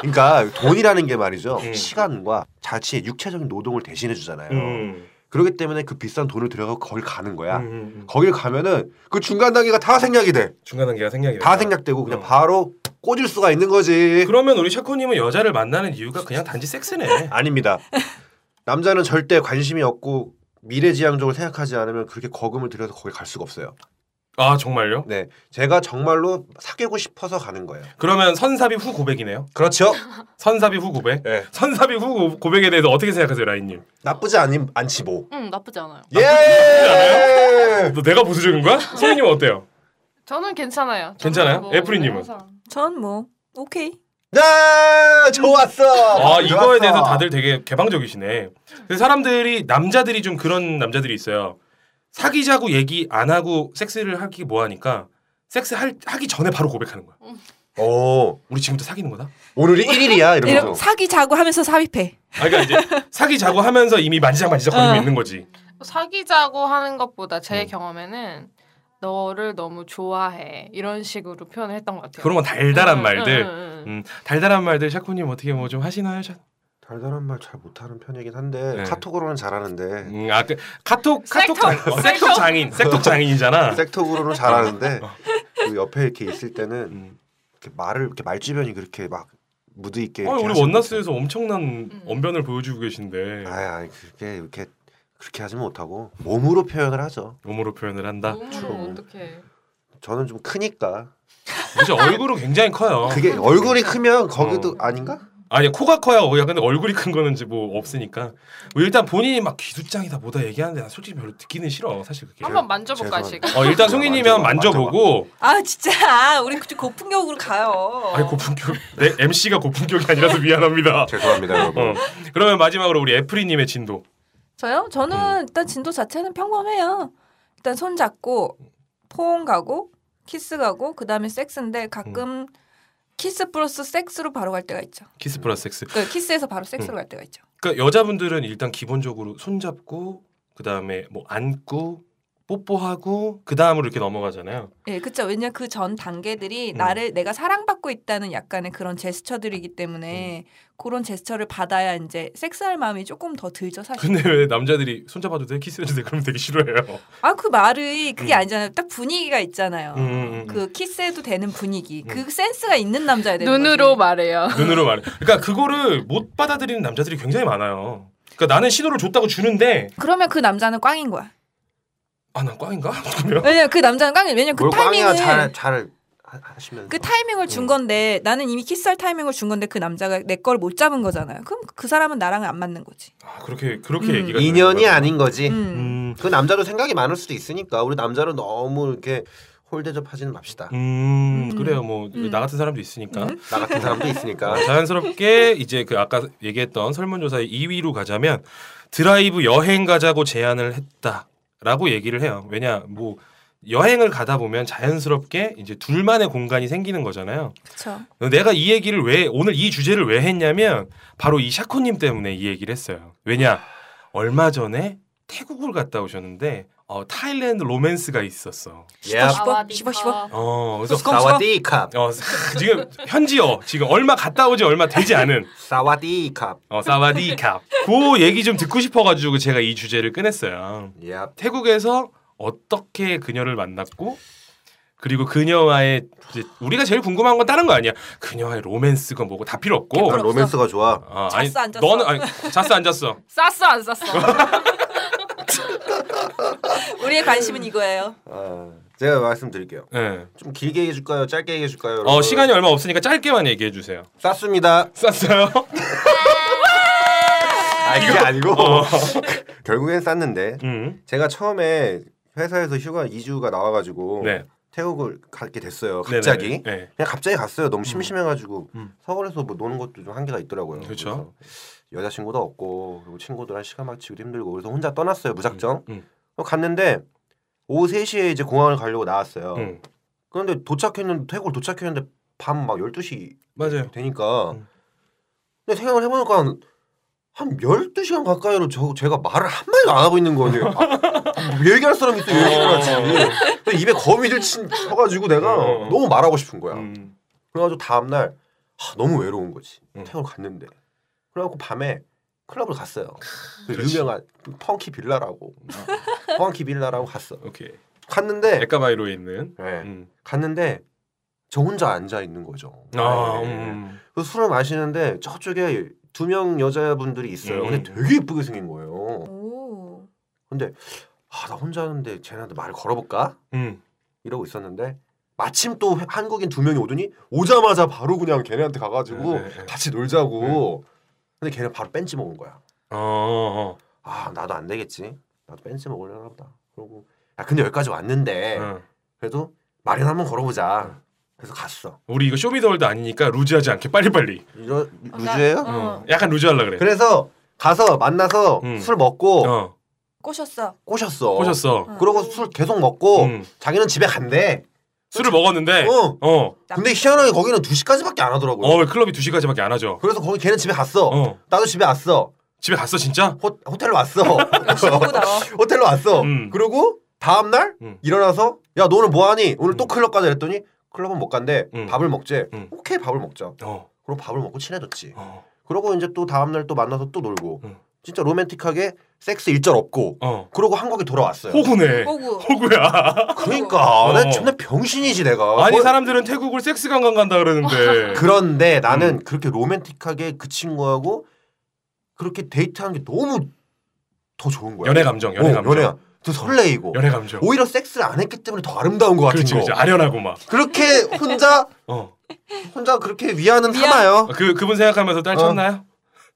[SPEAKER 2] 그러니까 돈이라는 게 말이죠.
[SPEAKER 1] 음.
[SPEAKER 2] 시간과 자치의 육체적인 노동을 대신해 주잖아요.
[SPEAKER 1] 음.
[SPEAKER 2] 그렇기 때문에 그 비싼 돈을 들여서 거길 가는 거야.
[SPEAKER 1] 음, 음, 음.
[SPEAKER 2] 거길 가면은 그 중간 단계가 다 생략이 돼.
[SPEAKER 1] 중간 단계가 생략이
[SPEAKER 2] 다 생략되고 그냥
[SPEAKER 1] 어.
[SPEAKER 2] 바로 꽂을 수가 있는
[SPEAKER 1] <laughs>
[SPEAKER 2] 거지.
[SPEAKER 1] 그러면 우리 샤코님은 여자를 만나는 이유가 그냥 단지 섹스네. <laughs>
[SPEAKER 2] 아닙니다. 남자는 절대 관심이 없고 미래지향적으로 생각하지 않으면 그렇게 거금을 들여서 거기 갈 수가 없어요.
[SPEAKER 1] 아 정말요?
[SPEAKER 2] 네, 제가 정말로 사귀고 싶어서 가는 거예요.
[SPEAKER 1] 그러면 선사비 후 고백이네요.
[SPEAKER 2] 그렇죠.
[SPEAKER 1] 선사비 후 고백.
[SPEAKER 2] 네.
[SPEAKER 1] 선사비 후 고- 고백에 대해서 어떻게 생각하세요, 라인님?
[SPEAKER 2] 나쁘지 않, 않지 뭐.
[SPEAKER 4] 응 나쁘지 않아요.
[SPEAKER 2] 예.
[SPEAKER 1] 너뭐 내가 보수적인 <laughs> 거야? 소희님은 어때요?
[SPEAKER 8] 저는 괜찮아요. 저는
[SPEAKER 1] 괜찮아요?
[SPEAKER 8] 뭐
[SPEAKER 1] 애프리님은?
[SPEAKER 8] 항상.
[SPEAKER 3] 전 뭐 오케이.
[SPEAKER 2] 야, 네! 좋았어.
[SPEAKER 1] 아
[SPEAKER 2] 좋았어.
[SPEAKER 1] 이거에 대해서 다들 되게 개방적이시네. 근데 사람들이 남자들이 좀 그런 남자들이 있어요. 사귀자고 얘기 안 하고 섹스를 하기 뭐하니까 섹스 할, 하기 전에 바로 고백하는 거야.
[SPEAKER 2] 오,
[SPEAKER 1] 우리 지금부터 사귀는 거다.
[SPEAKER 2] 어, 오늘이 1일이야
[SPEAKER 1] 뭐.
[SPEAKER 3] 이런
[SPEAKER 2] 이러면서.
[SPEAKER 3] 사기 자고 하면서 삽입해.
[SPEAKER 1] 아, <laughs> 그러니까 이제 사귀자고 하면서 이미 만지작 만지작 거리고
[SPEAKER 3] 어.
[SPEAKER 1] 있는 거지.
[SPEAKER 8] 사귀자고 하는 것보다 제
[SPEAKER 1] 음.
[SPEAKER 8] 경험에는 너를 너무 좋아해 이런 식으로 표현을 했던 것 같아요.
[SPEAKER 1] 그런 건 달달한 말들.
[SPEAKER 8] 음, 음, 음.
[SPEAKER 1] 음, 달달한 말들 샤코님 어떻게 뭐 좀 하시나요? 샤...
[SPEAKER 2] 달달한 말 잘 못하는 편이긴 한데
[SPEAKER 1] 네.
[SPEAKER 2] 카톡으로는 잘하는데
[SPEAKER 1] 음, 아, 그, 카톡 카톡 장,
[SPEAKER 8] 섹터!
[SPEAKER 1] 어, 섹터 장인 <laughs> 섹톡 장인이잖아. <laughs>
[SPEAKER 2] 섹톡으로는 잘하는데
[SPEAKER 1] 어.
[SPEAKER 2] 그 옆에 이렇게 있을 때는
[SPEAKER 1] 음.
[SPEAKER 2] 이렇게 말을 이렇게 말주변이 그렇게 막 무드 있게.
[SPEAKER 1] 아,
[SPEAKER 2] 이렇게
[SPEAKER 1] 우리
[SPEAKER 2] 하시는
[SPEAKER 1] 원나스에서 엄청난
[SPEAKER 8] 음.
[SPEAKER 1] 언변을 보여주고 계신데
[SPEAKER 2] 거죠. 아니, 아니 그렇게 이렇게 그렇게 하지 못하고 몸으로 표현을 하죠.
[SPEAKER 1] 몸으로 표현을 한다.
[SPEAKER 8] 음. 몸으로 어떻게?
[SPEAKER 2] 저는 좀 크니까
[SPEAKER 1] 이제 얼굴은 굉장히 커요.
[SPEAKER 2] 그게 얼굴이 크면
[SPEAKER 1] 어.
[SPEAKER 2] 거기도 아닌가?
[SPEAKER 1] 아니 코가 커야 어야 근데 얼굴이 큰 거는 이제 뭐 없으니까 뭐 일단 본인이 막 기두짱이다 뭐다 얘기하는데 난 솔직히 별로 듣기는 싫어 사실 그게.
[SPEAKER 8] 한번 어. 만져볼까
[SPEAKER 2] 죄송합니다.
[SPEAKER 8] 지금?
[SPEAKER 1] 어 일단 송이님이 한번
[SPEAKER 2] 만져봐,
[SPEAKER 1] 만져보고
[SPEAKER 3] 아 진짜 우리 그 고풍격으로 가요.
[SPEAKER 1] 아니 고품격 내 MC가 고품격이 아니라서 <laughs> 미안합니다.
[SPEAKER 2] 죄송합니다 여러분.
[SPEAKER 1] 어 그러면 마지막으로 우리 애프리님의 진도.
[SPEAKER 3] 저요?
[SPEAKER 1] 음.
[SPEAKER 3] 저는 일단 진도 자체는 평범해요. 일단 손 잡고 포옹 가고 키스 가고 그 다음에 섹스인데
[SPEAKER 1] 음.
[SPEAKER 3] 가끔 키스 플러스 섹스로 바로 갈 때가 있죠.
[SPEAKER 1] 키스 플러스 섹스.
[SPEAKER 3] 그 키스에서 바로 섹스로 갈 때가 있죠.
[SPEAKER 1] 그러니까 여자분들은 일단 기본적으로 손잡고 그다음에 뭐 안고 뽀뽀하고 그다음으로 이렇게 넘어가잖아요.
[SPEAKER 3] 예, 그쵸. 왜냐 그 전 단계들이
[SPEAKER 1] 음.
[SPEAKER 3] 나를 내가 사랑받고 있다는 약간의 그런 제스처들이기 때문에
[SPEAKER 1] 음.
[SPEAKER 3] 그런 제스처를 받아야 이제 섹스할 마음이 조금 더 들죠 사실.
[SPEAKER 1] 근데 왜 남자들이 손잡아도 돼? 키스해도 돼? 그럼 되게 싫어해요.
[SPEAKER 3] 아 그 말이 그게
[SPEAKER 1] 음.
[SPEAKER 3] 아니잖아요. 딱 분위기가 있잖아요.
[SPEAKER 1] 음, 음, 음.
[SPEAKER 3] 그 키스해도 되는 분위기,
[SPEAKER 1] 음.
[SPEAKER 3] 그 센스가 있는 남자야
[SPEAKER 8] 네,
[SPEAKER 3] 되는
[SPEAKER 8] 눈으로
[SPEAKER 3] 거지.
[SPEAKER 8] 말해요.
[SPEAKER 1] 눈으로 말해. 그러니까 그거를 못 받아들이는 남자들이 굉장히 많아요. 그러니까 나는 신호를 줬다고 주는데
[SPEAKER 3] 그러면 그 남자는 꽝인 거야.
[SPEAKER 1] 아 난 꽝인가? 그러면
[SPEAKER 3] 왜냐 면그 남자는 꽝이 왜냐 면그
[SPEAKER 2] 뭘 꽝이야
[SPEAKER 3] 타이밍을
[SPEAKER 2] 잘잘 하시면서.
[SPEAKER 3] 그 타이밍을 준 건데 나는 이미 키스할 타이밍을 준 건데 그 남자가 내 걸 못 잡은 거잖아요. 그럼 그 사람은 나랑 안 맞는 거지.
[SPEAKER 1] 아, 그렇게 그렇게
[SPEAKER 3] 음.
[SPEAKER 1] 얘기가 되는
[SPEAKER 2] 인연이
[SPEAKER 1] 거예요.
[SPEAKER 2] 아닌 거지.
[SPEAKER 3] 음.
[SPEAKER 1] 음.
[SPEAKER 2] 그 남자도 생각이 많을 수도 있으니까 우리 남자로 너무 이렇게 홀대접하지는 맙시다.
[SPEAKER 1] 음,
[SPEAKER 3] 음.
[SPEAKER 1] 그래요. 뭐 나
[SPEAKER 3] 음.
[SPEAKER 1] 같은 사람도 있으니까.
[SPEAKER 2] 나 같은
[SPEAKER 1] <laughs>
[SPEAKER 2] 사람도 있으니까.
[SPEAKER 1] 어, 자연스럽게 이제 그 아까 얘기했던 설문조사의 2위로 가자면 드라이브 여행 가자고 제안을 했다라고 얘기를 해요. 왜냐 뭐 여행을 가다 보면 자연스럽게 이제 둘만의 공간이 생기는 거잖아요.
[SPEAKER 3] 그렇죠.
[SPEAKER 1] 내가 이 얘기를 왜 오늘 이 주제를 왜 했냐면 바로 이 샤코님 때문에 이 얘기를 했어요. 왜냐 얼마 전에 태국을 갔다 오셨는데 어, 타일랜드 로맨스가 있었어.
[SPEAKER 2] 예.
[SPEAKER 3] 씹어, 씹어.
[SPEAKER 1] 어, 그래서
[SPEAKER 2] 사와디캅.
[SPEAKER 1] 어, 지금 현지어 지금 얼마 갔다 오지 얼마 되지 않은
[SPEAKER 2] 사와디캅.
[SPEAKER 1] 어, 사와디캅. 그 얘기 좀 듣고 싶어가지고 제가 이 주제를 꺼냈어요.
[SPEAKER 2] 예.
[SPEAKER 1] 태국에서 어떻게 그녀를 만났고 그리고 그녀와의 이제 우리가 제일 궁금한 건 다른 거 아니야. 그녀와의 로맨스가 뭐고 다 필요 없고.
[SPEAKER 2] 난 로맨스가 좋아.
[SPEAKER 1] 어,
[SPEAKER 3] 잤어, 안 잤어?
[SPEAKER 1] 너는 아니, 잤어 안 잤어.
[SPEAKER 8] <laughs> 쌌어 안 쌌어?
[SPEAKER 3] 우리의 관심은 이거예요.
[SPEAKER 2] 아, 제가 말씀드릴게요.
[SPEAKER 1] 예.
[SPEAKER 2] 좀 길게 얘기해 줄까요? 짧게 얘기해 줄까요?
[SPEAKER 1] 어
[SPEAKER 2] 여러분?
[SPEAKER 1] 시간이 얼마 없으니까 짧게만 얘기해 주세요.
[SPEAKER 2] 쌌습니다. <laughs>
[SPEAKER 1] 쌌어요?
[SPEAKER 2] 아 이게 아니고
[SPEAKER 1] 어.
[SPEAKER 2] <laughs> 결국엔 쌌는데
[SPEAKER 1] 음.
[SPEAKER 2] 제가 처음에 회사에서 휴가 2주가 나와가지고
[SPEAKER 1] 네.
[SPEAKER 2] 태국을 가게 됐어요.
[SPEAKER 1] 네네네.
[SPEAKER 2] 갑자기
[SPEAKER 1] 네.
[SPEAKER 2] 그냥 갑자기 갔어요. 너무 심심해가지고
[SPEAKER 1] 음.
[SPEAKER 2] 서울에서 뭐 노는 것도 좀 한계가 있더라고요.
[SPEAKER 1] 그렇죠.
[SPEAKER 2] 그래서 여자친구도 없고 그리고 친구들한 시간 맞추기도 힘들고 그래서 혼자 떠났어요 무작정.
[SPEAKER 1] 음, 음.
[SPEAKER 2] 어, 갔는데 오후 3시에 이제 공항을 가려고 나왔어요.
[SPEAKER 1] 음.
[SPEAKER 2] 그런데 도착했는데 태국을 도착했는데 밤 막 12시 어.
[SPEAKER 1] 맞아요.
[SPEAKER 2] 되니까
[SPEAKER 1] 음.
[SPEAKER 2] 근데 생각을 해보니까 한 12시간 가까이로 저 제가 말을 한마디도 안 하고 있는 거예요. 아, 뭐 얘기할 사람이
[SPEAKER 1] 어.
[SPEAKER 2] 또
[SPEAKER 1] 음.
[SPEAKER 2] 얘기해야지. 그래서 입에 거미를 친, 쳐가지고 내가
[SPEAKER 1] 어, 어.
[SPEAKER 2] 너무 말하고 싶은 거야.
[SPEAKER 1] 음.
[SPEAKER 2] 그래가지고 다음날 하, 너무 외로운 거지.
[SPEAKER 1] 음.
[SPEAKER 2] 태국 갔는데. 그래갖고 밤에 클럽을 갔어요. 그
[SPEAKER 1] 그렇지.
[SPEAKER 2] 유명한 펑키 빌라라고. 펑키 빌라라고 갔어.
[SPEAKER 1] 아, 오케이.
[SPEAKER 2] 갔는데
[SPEAKER 1] 에까바이로에 있는.
[SPEAKER 2] 예,
[SPEAKER 1] 음.
[SPEAKER 2] 갔는데 저 혼자 앉아 있는 거죠.
[SPEAKER 1] 아,
[SPEAKER 2] 예.
[SPEAKER 1] 음.
[SPEAKER 2] 그래서 술을 마시는데 저쪽에 두 명 여자분들이 있어요.
[SPEAKER 1] 음.
[SPEAKER 2] 근데 되게 예쁘게 생긴 거예요.
[SPEAKER 3] 오.
[SPEAKER 2] 근데 아, 나 혼자 하는데 쟤네한테 말을 걸어볼까?
[SPEAKER 1] 음.
[SPEAKER 2] 이러고 있었는데 마침 또 한국인 두 명이 오더니 오자마자 바로 그냥 걔네한테 가가지고
[SPEAKER 1] 네, 네, 네.
[SPEAKER 2] 같이 놀자고. 근데 걔네 바로 벤치 먹은 거야.
[SPEAKER 1] 어, 어. 어.
[SPEAKER 2] 아 나도 안 되겠지. 나도 벤치 먹으려나 보다. 그러고 야 근데 여기까지 왔는데
[SPEAKER 1] 어.
[SPEAKER 2] 그래도 마련 한번 걸어보자. 그래서 갔어.
[SPEAKER 1] 우리 이거 쇼미더월드 아니니까 루즈하지 않게 빨리빨리. 음.
[SPEAKER 2] 이거
[SPEAKER 4] 아까-
[SPEAKER 2] 루즈예요?
[SPEAKER 4] 어.
[SPEAKER 1] 약간 루즈하려 그래.
[SPEAKER 2] 그래서 가서 만나서
[SPEAKER 1] 음.
[SPEAKER 2] 술 먹고
[SPEAKER 1] 어.
[SPEAKER 3] 꼬셨어.
[SPEAKER 2] <laughs> 꼬셨어.
[SPEAKER 1] 꼬셨어.
[SPEAKER 2] 그러고 술 계속 먹고
[SPEAKER 1] 음.
[SPEAKER 2] 자기는 집에 간대.
[SPEAKER 1] 술을 먹었는데
[SPEAKER 2] 어.
[SPEAKER 1] 어.
[SPEAKER 2] 근데 희한하게 거기는 2시까지밖에 안 하더라고요.
[SPEAKER 1] 어, 클럽이 2시까지밖에 안 하죠.
[SPEAKER 2] 그래서 거기 걔는 집에 갔어.
[SPEAKER 1] 어.
[SPEAKER 2] 나도 집에 왔어.
[SPEAKER 1] 집에 갔어, 진짜?
[SPEAKER 2] 호, 호텔로 왔어. <laughs>
[SPEAKER 3] 친구다.
[SPEAKER 2] 호텔로 왔어.
[SPEAKER 1] 음.
[SPEAKER 2] 그리고 다음 날
[SPEAKER 1] 음.
[SPEAKER 2] 일어나서 야, 너 오늘 뭐 하니? 오늘 또
[SPEAKER 1] 음.
[SPEAKER 2] 클럽 가자 그랬더니 클럽은 못 간대.
[SPEAKER 1] 음.
[SPEAKER 2] 밥을 먹재.
[SPEAKER 1] 음.
[SPEAKER 2] 오케이, 밥을 먹자.
[SPEAKER 1] 어.
[SPEAKER 2] 그럼 밥을 먹고 친해졌지.
[SPEAKER 1] 어.
[SPEAKER 2] 그러고 이제 또 다음 날 또 만나서 또 놀고.
[SPEAKER 1] 음.
[SPEAKER 2] 진짜 로맨틱하게 섹스 일절 없고.
[SPEAKER 1] 어.
[SPEAKER 2] 그러고 한국에 돌아왔어요.
[SPEAKER 1] 호구네.
[SPEAKER 3] 호구.
[SPEAKER 1] 호구야.
[SPEAKER 2] 그러니까
[SPEAKER 1] 어.
[SPEAKER 2] 나 존나 병신이지 내가.
[SPEAKER 1] 아니
[SPEAKER 2] 뭐- 어.
[SPEAKER 1] 사람들은 태국을 섹스 관광 간다 그러는데.
[SPEAKER 2] 그런데 나는
[SPEAKER 1] 음.
[SPEAKER 2] 그렇게 로맨틱하게 그 친구하고 그렇게 데이트하는 게 너무 더 좋은 거야.
[SPEAKER 1] 연애 감정, 연애
[SPEAKER 2] 어,
[SPEAKER 1] 감정.
[SPEAKER 2] 연애야. 더 설레이고.
[SPEAKER 1] 연애 감정.
[SPEAKER 2] 오히려 섹스를 안 했기 때문에 더 아름다운 것 같은
[SPEAKER 1] 그렇지, 그렇지.
[SPEAKER 2] 거.
[SPEAKER 1] 아련하고 막.
[SPEAKER 2] 그렇게 혼자
[SPEAKER 1] 어.
[SPEAKER 2] 혼자 그렇게 위안은 삼아요.
[SPEAKER 1] 그 그분 생각하면서 딸
[SPEAKER 2] 어.
[SPEAKER 1] 쳤나요?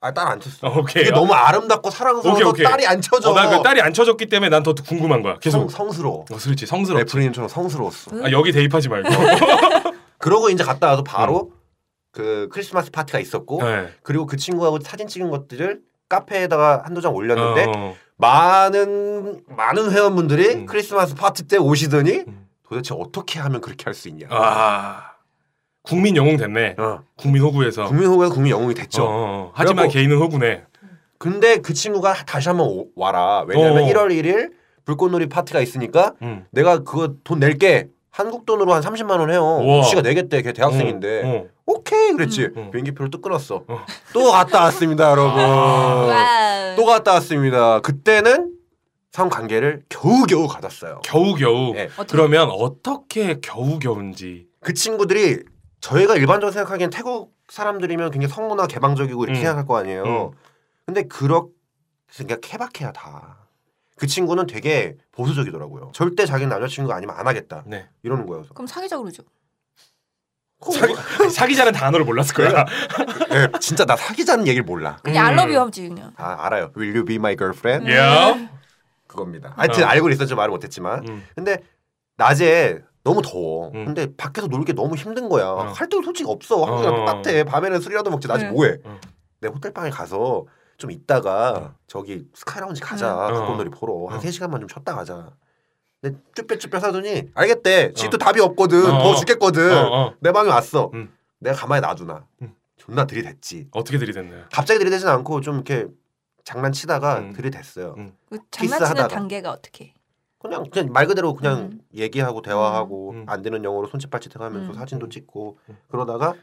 [SPEAKER 2] 아 딸 안 쳤어.
[SPEAKER 1] 어, 오케이.
[SPEAKER 2] 이게
[SPEAKER 1] 어.
[SPEAKER 2] 너무 아름답고 사랑스러워서
[SPEAKER 1] 오케이, 오케이.
[SPEAKER 2] 딸이 안 쳐져.
[SPEAKER 1] 어, 나그 딸이 안 쳐졌기 때문에 난 더 궁금한 거야.
[SPEAKER 2] 성,
[SPEAKER 1] 계속.
[SPEAKER 2] 성스러워.
[SPEAKER 1] 어, 그렇지. 성스럽지.
[SPEAKER 2] 레프리님처럼 성스러웠어.
[SPEAKER 1] 아, 여기 대입하지
[SPEAKER 2] <laughs>
[SPEAKER 1] 말고.
[SPEAKER 2] 그러고 이제 갔다 와서 바로 그 크리스마스 파티가 있었고
[SPEAKER 1] 네.
[SPEAKER 2] 그리고 그 친구하고 사진 찍은 것들을 카페에다가 한두 장 올렸는데
[SPEAKER 1] 어.
[SPEAKER 2] 많은 많은 회원분들이
[SPEAKER 1] 음.
[SPEAKER 2] 크리스마스 파티 때 오시더니
[SPEAKER 1] 음.
[SPEAKER 2] 도대체 어떻게 하면 그렇게 할 수 있냐.
[SPEAKER 1] 아. 국민 영웅 됐네.
[SPEAKER 2] 어.
[SPEAKER 1] 국민 호구에서.
[SPEAKER 2] 국민 호구가 국민 영웅이 됐죠.
[SPEAKER 1] 어, 어. 하지만
[SPEAKER 2] 그래갖고-
[SPEAKER 1] 개인은 호구네.
[SPEAKER 2] 근데 그 친구가 다시 한번 오- 와라. 왜냐면
[SPEAKER 1] 어.
[SPEAKER 2] 1월 1일 불꽃놀이 파티가 있으니까
[SPEAKER 1] 음.
[SPEAKER 2] 내가 그거 돈 낼게. 한국 돈으로 한 30만 원 해요.
[SPEAKER 1] 우와.
[SPEAKER 2] 씨가 내겠대. 걔 대학생인데.
[SPEAKER 1] 어.
[SPEAKER 2] 오케이 그랬지.
[SPEAKER 1] 음.
[SPEAKER 2] 비행기표를 또 끊었어.
[SPEAKER 1] 어.
[SPEAKER 2] 또 갔다 왔습니다, 여러분.
[SPEAKER 4] 어.
[SPEAKER 1] 아.
[SPEAKER 3] 와우.
[SPEAKER 2] 또 갔다 왔습니다. 그때는 성관계를 겨우겨우 가졌어요.
[SPEAKER 1] 겨우 겨우.
[SPEAKER 2] 예.
[SPEAKER 1] 그러면 어떻게 겨우 겨운지.
[SPEAKER 2] 그 친구들이 저희가 일반적으로 생각하기엔 태국 사람들이면 굉장히 성문화 개방적이고 이렇게
[SPEAKER 1] 음.
[SPEAKER 2] 생각할 거 아니에요. 근데 그렇 그러니까 케바케야 다. 그 친구는 되게 보수적이더라고요. 절대 자기 남자친구가 아니면 안 하겠다
[SPEAKER 1] 네.
[SPEAKER 2] 이러는 거예요. 그래서
[SPEAKER 3] 그럼 사귀자 그러죠.
[SPEAKER 2] 코-
[SPEAKER 1] 사기자는 단어를 몰랐을 거야.
[SPEAKER 2] 예, 진짜 나 사귀자는 얘기를 몰라.
[SPEAKER 3] 그냥 I love you 하지 그냥.
[SPEAKER 2] 아 알아요. Will you be my girlfriend?
[SPEAKER 1] 예.
[SPEAKER 2] 그겁니다. 하여튼
[SPEAKER 1] 어.
[SPEAKER 2] 알고 있었죠 말을 못했지만.
[SPEAKER 1] 음.
[SPEAKER 2] 근데 낮에 너무 더워.
[SPEAKER 1] 음.
[SPEAKER 2] 근데 밖에서 놀게 너무 힘든 거야. 할 데도 솔직히 없어. 한국이랑
[SPEAKER 1] 어.
[SPEAKER 2] 똑같아. 밤에는 술이라도 먹지. 낮에
[SPEAKER 3] 네.
[SPEAKER 2] 뭐해?
[SPEAKER 1] 어.
[SPEAKER 2] 내 호텔방에 가서 좀 있다가 저기 스카이라운지 가자.
[SPEAKER 1] 음.
[SPEAKER 2] 불꽃놀이 보러. 한
[SPEAKER 1] 어.
[SPEAKER 2] 세시간만좀 쉬었다 가자. 근데 쭈뼛쭈뼛 사더니 알겠대. 집도 답이 없거든.
[SPEAKER 1] 어.
[SPEAKER 2] 더워 죽겠거든.
[SPEAKER 1] 어, 어.
[SPEAKER 2] 내 방에 왔어.
[SPEAKER 1] 음.
[SPEAKER 2] 내가 가만히 놔두나.
[SPEAKER 1] 음.
[SPEAKER 2] 존나 들이댔지.
[SPEAKER 1] 어떻게 들이댔나요?
[SPEAKER 2] 갑자기 들이대진 않고 좀 이렇게 장난치다가
[SPEAKER 1] 음.
[SPEAKER 2] 들이댔어요.
[SPEAKER 1] 음.
[SPEAKER 3] 그 장난치는
[SPEAKER 2] 키스하다가.
[SPEAKER 3] 단계가 어떻게?
[SPEAKER 2] 그냥 그냥 말 그대로 그냥
[SPEAKER 3] 음.
[SPEAKER 2] 얘기하고 대화하고
[SPEAKER 1] 음.
[SPEAKER 2] 안 되는 영어로 손짓발짓 해가면서
[SPEAKER 3] 음.
[SPEAKER 2] 사진도 찍고
[SPEAKER 1] 음.
[SPEAKER 2] 그러다가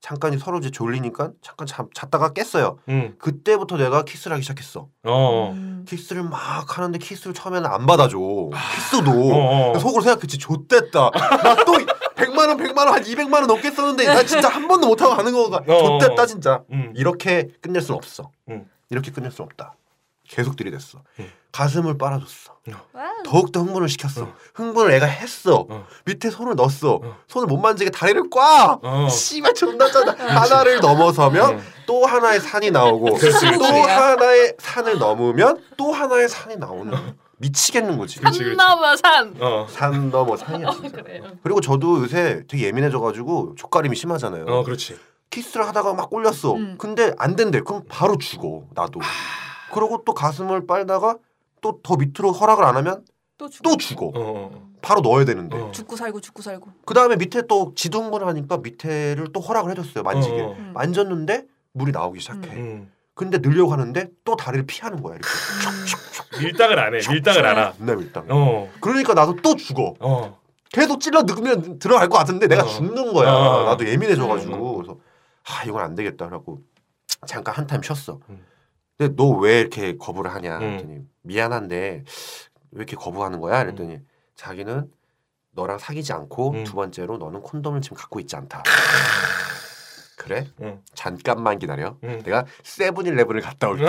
[SPEAKER 2] 잠깐 서로 이제 졸리니까 잠깐 잠, 잤다가 깼어요.
[SPEAKER 1] 음.
[SPEAKER 2] 그때부터 내가 키스를 하기 시작했어.
[SPEAKER 1] 어.
[SPEAKER 3] 음.
[SPEAKER 2] 키스를 막 하는데 키스를 처음에는 안 받아줘. 키스도
[SPEAKER 1] 어. 어.
[SPEAKER 2] 속으로 생각했지. 좆됐다. 나 또 100만 원, 100만 원, 한 200만 원 넘게 썼는데 나 진짜 한 번도 못 하고 가는 거가
[SPEAKER 1] 어, 어.
[SPEAKER 2] 좆됐다 진짜.
[SPEAKER 1] 음.
[SPEAKER 2] 이렇게 끝낼 순 없어.
[SPEAKER 1] 음.
[SPEAKER 2] 이렇게 끝낼 순 없다. 계속 들이댔어.
[SPEAKER 1] 음.
[SPEAKER 2] 가슴을 빨아줬어.
[SPEAKER 3] 와우.
[SPEAKER 2] 더욱더 흥분을 시켰어.
[SPEAKER 1] 어.
[SPEAKER 2] 흥분을 애가 했어.
[SPEAKER 1] 어.
[SPEAKER 2] 밑에 손을 넣었어.
[SPEAKER 1] 어.
[SPEAKER 2] 손을 못 만지게 다리를 꽉.
[SPEAKER 1] 어.
[SPEAKER 2] 씨발 존나 짜다. 하나를 넘어서면
[SPEAKER 1] 음.
[SPEAKER 2] 또 하나의 산이 나오고
[SPEAKER 1] 그렇지,
[SPEAKER 2] 또
[SPEAKER 1] 그렇지.
[SPEAKER 2] 하나의 산을 넘으면 또 하나의 산이 나오는 거야. 미치겠는 거지.
[SPEAKER 1] 그렇지, 그렇지.
[SPEAKER 8] 한나와 뭐 산.
[SPEAKER 1] 어.
[SPEAKER 2] 산 넘어 산이야 진짜.
[SPEAKER 8] 그래요.
[SPEAKER 2] 그리고 저도 요새 되게 예민해져가지고 족가림이 심하잖아요.
[SPEAKER 1] 어, 그렇지.
[SPEAKER 2] 키스를 하다가 막 꼴렸어.
[SPEAKER 3] 음.
[SPEAKER 2] 근데 안 된대. 그럼 바로 죽어 나도. 그리고 또 가슴을 빨다가 또 더 밑으로 허락을 안 하면
[SPEAKER 3] 또 죽고
[SPEAKER 2] 또 죽어.
[SPEAKER 1] 어. 어.
[SPEAKER 2] 바로 넣어야 되는데.
[SPEAKER 1] 어.
[SPEAKER 3] 죽고 살고 죽고 살고.
[SPEAKER 2] 그 다음에 밑에 또 지등분을 하니까 밑에를 또 허락을 해줬어요 만지게.
[SPEAKER 1] 어.
[SPEAKER 3] 음.
[SPEAKER 2] 만졌는데 물이 나오기 시작해.
[SPEAKER 1] 음.
[SPEAKER 2] 근데 늘려고 하는데 또 다리를 피하는 거야. 이렇게.
[SPEAKER 1] 밀당을 안 해. 네,
[SPEAKER 2] 네.
[SPEAKER 1] 밀당을 알아.
[SPEAKER 2] 존나 밀당.
[SPEAKER 1] 어.
[SPEAKER 2] 그러니까 나도 또 죽어.
[SPEAKER 1] 어.
[SPEAKER 2] 계속 찔러 넣으면 들어갈 것 같은데 내가
[SPEAKER 1] 어.
[SPEAKER 2] 죽는 거야.
[SPEAKER 1] 어.
[SPEAKER 2] 나도 예민해져가지고
[SPEAKER 1] 음.
[SPEAKER 2] 그래서 아 이건 안 되겠다 하고 잠깐 한 타임 쉬었어.
[SPEAKER 1] 음.
[SPEAKER 2] 근데 너 왜 이렇게 거부를 하냐?
[SPEAKER 1] 음.
[SPEAKER 2] 했더니 미안한데 왜 이렇게 거부하는 거야? 그랬더니 자기는 너랑 사귀지 않고
[SPEAKER 1] 음.
[SPEAKER 2] 두 번째로 너는 콘돔을 지금 갖고 있지 않다. 그래?
[SPEAKER 1] 음.
[SPEAKER 2] 잠깐만 기다려.
[SPEAKER 1] 음.
[SPEAKER 2] 내가 세븐일레븐을 갔다 올게.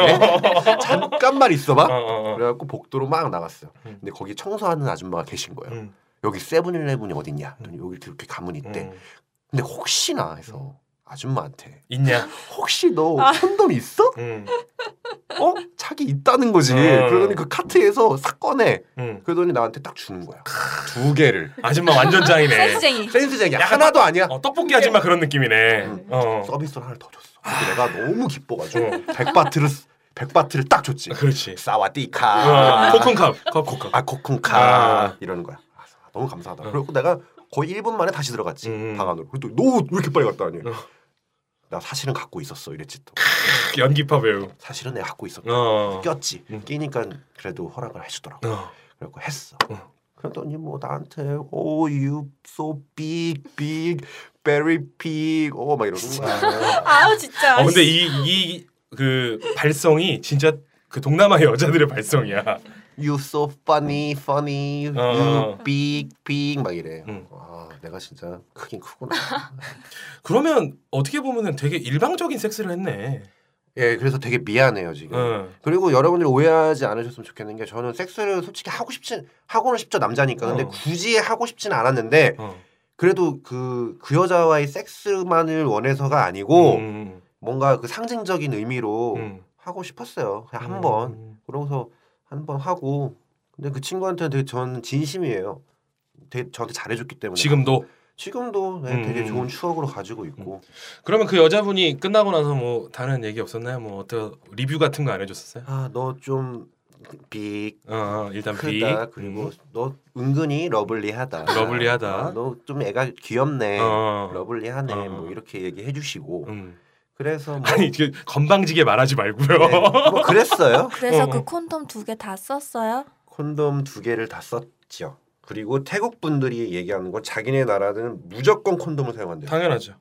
[SPEAKER 2] 잠깐만
[SPEAKER 1] 어.
[SPEAKER 2] 있어봐.
[SPEAKER 1] 어. 어.
[SPEAKER 2] 그래갖고 복도로 막 나갔어요.
[SPEAKER 1] 음.
[SPEAKER 2] 근데 거기 청소하는 아줌마가 계신 거예요.
[SPEAKER 1] 음.
[SPEAKER 2] 여기 세븐일레븐이 어딨냐? 그랬더니 여기 이렇게 가문 있대.
[SPEAKER 1] 음.
[SPEAKER 2] 근데 혹시나 해서 아줌마한테
[SPEAKER 1] 있냐?
[SPEAKER 2] 혹시 너 콘돔 있어?
[SPEAKER 1] 음.
[SPEAKER 2] 어? 자기 있다는 거지.
[SPEAKER 1] 음.
[SPEAKER 2] 그러더니 그 카트에서 싹 꺼내.
[SPEAKER 1] 음.
[SPEAKER 2] 그러더니 나한테 딱 주는 거야. 두 개를.
[SPEAKER 1] 아줌마 완전 짱이네.
[SPEAKER 3] 쌩이.
[SPEAKER 2] 센스쟁이
[SPEAKER 1] 약간
[SPEAKER 2] 하나도 아니야.
[SPEAKER 1] 어, 떡볶이 아줌마 그런 느낌이네.
[SPEAKER 2] 음.
[SPEAKER 1] 어.
[SPEAKER 2] 서비스로 하나 더 줬어. 그래서 내가 너무 기뻐가지고 백바트를 백바트를 딱 줬지.
[SPEAKER 1] 아, 그렇지. 어.
[SPEAKER 2] 사와디카.
[SPEAKER 1] 코쿤컵. 아. 컵, 컵.
[SPEAKER 2] 아 코쿤카
[SPEAKER 1] 아.
[SPEAKER 2] 이러는 거야. 아, 너무 감사하다.
[SPEAKER 1] 어.
[SPEAKER 2] 그리고 내가 거의 1분 만에 다시 들어갔지
[SPEAKER 1] 음.
[SPEAKER 2] 방 안으로. 그리고 너왜 이렇게 빨리 갔다 하니?
[SPEAKER 1] 어.
[SPEAKER 2] 나 사실은 갖고 있었어 이랬지 또.
[SPEAKER 1] 연기파 배우.
[SPEAKER 2] 사실은 내가 갖고 있었다.
[SPEAKER 1] 어.
[SPEAKER 2] 꼈지.
[SPEAKER 1] 음.
[SPEAKER 2] 끼니까 그래도 허락을 해주더라고.
[SPEAKER 1] 어.
[SPEAKER 2] 그래갖고 했어.
[SPEAKER 1] 어.
[SPEAKER 2] 그랬더니 뭐 나한테 oh you so big big very big 어막 이러는 거야.
[SPEAKER 3] 아우 진짜.
[SPEAKER 1] 어, 근데 이 이 그 발성이 진짜 그 동남아 여자들의 발성이야.
[SPEAKER 2] <laughs> you so funny funny
[SPEAKER 1] 어.
[SPEAKER 2] you big big 막 이래.
[SPEAKER 1] 음.
[SPEAKER 2] 아 내가 진짜 크긴 크구나.
[SPEAKER 1] 그러면 어떻게 보면은 되게 일방적인 섹스를 했네. 어,
[SPEAKER 2] 예 그래서 되게 미안해요 지금.
[SPEAKER 1] 응.
[SPEAKER 2] 그리고 여러분들이 오해하지 않으셨으면 좋겠는 게 저는 섹스를 솔직히 하고 싶진 하고는 싶죠 남자니까 근데
[SPEAKER 1] 어.
[SPEAKER 2] 굳이 하고 싶진 않았는데
[SPEAKER 1] 어.
[SPEAKER 2] 그래도 그 그 여자와의 섹스만을 원해서가 아니고
[SPEAKER 1] 음,
[SPEAKER 2] 뭔가 그 상징적인 의미로
[SPEAKER 1] 음.
[SPEAKER 2] 하고 싶었어요 그냥
[SPEAKER 1] 음,
[SPEAKER 2] 한번
[SPEAKER 1] 음.
[SPEAKER 2] 그러고서 한 번 하고 근데 그 친구한테는 되게 전 진심이에요 되게 저한테 잘해줬기 때문에
[SPEAKER 1] 지금도
[SPEAKER 2] 지금도 네, 되게
[SPEAKER 1] 음.
[SPEAKER 2] 좋은 추억으로 가지고 있고
[SPEAKER 1] 그러면 그 여자분이 끝나고 나서 뭐 다른 얘기 없었나요? 뭐 어떤 리뷰 같은 거 안 해줬었어요?
[SPEAKER 2] 아 너좀 빅
[SPEAKER 1] 어, 어 일단 음. 비
[SPEAKER 2] 크다 그리고 너 은근히 러블리하다 어,
[SPEAKER 1] 러블리하다.
[SPEAKER 2] 너 좀 애가 귀엽네
[SPEAKER 1] 어.
[SPEAKER 2] 러블리하네
[SPEAKER 1] 어.
[SPEAKER 2] 뭐 이렇게 얘기해 주시고
[SPEAKER 1] 음.
[SPEAKER 2] 그래서 뭐,
[SPEAKER 1] 아니 그 건방지게 말하지 말고요.
[SPEAKER 2] 네, 뭐 그랬어요
[SPEAKER 3] 그래서
[SPEAKER 1] 어.
[SPEAKER 3] 그 콘돔 두 개 다 썼어요?
[SPEAKER 2] 콘돔 두 개를 다 썼죠 그리고 태국 분들이 얘기하는 건 자기네 나라는 무조건 콘돔을 사용한대요
[SPEAKER 1] <laughs> 당연하죠.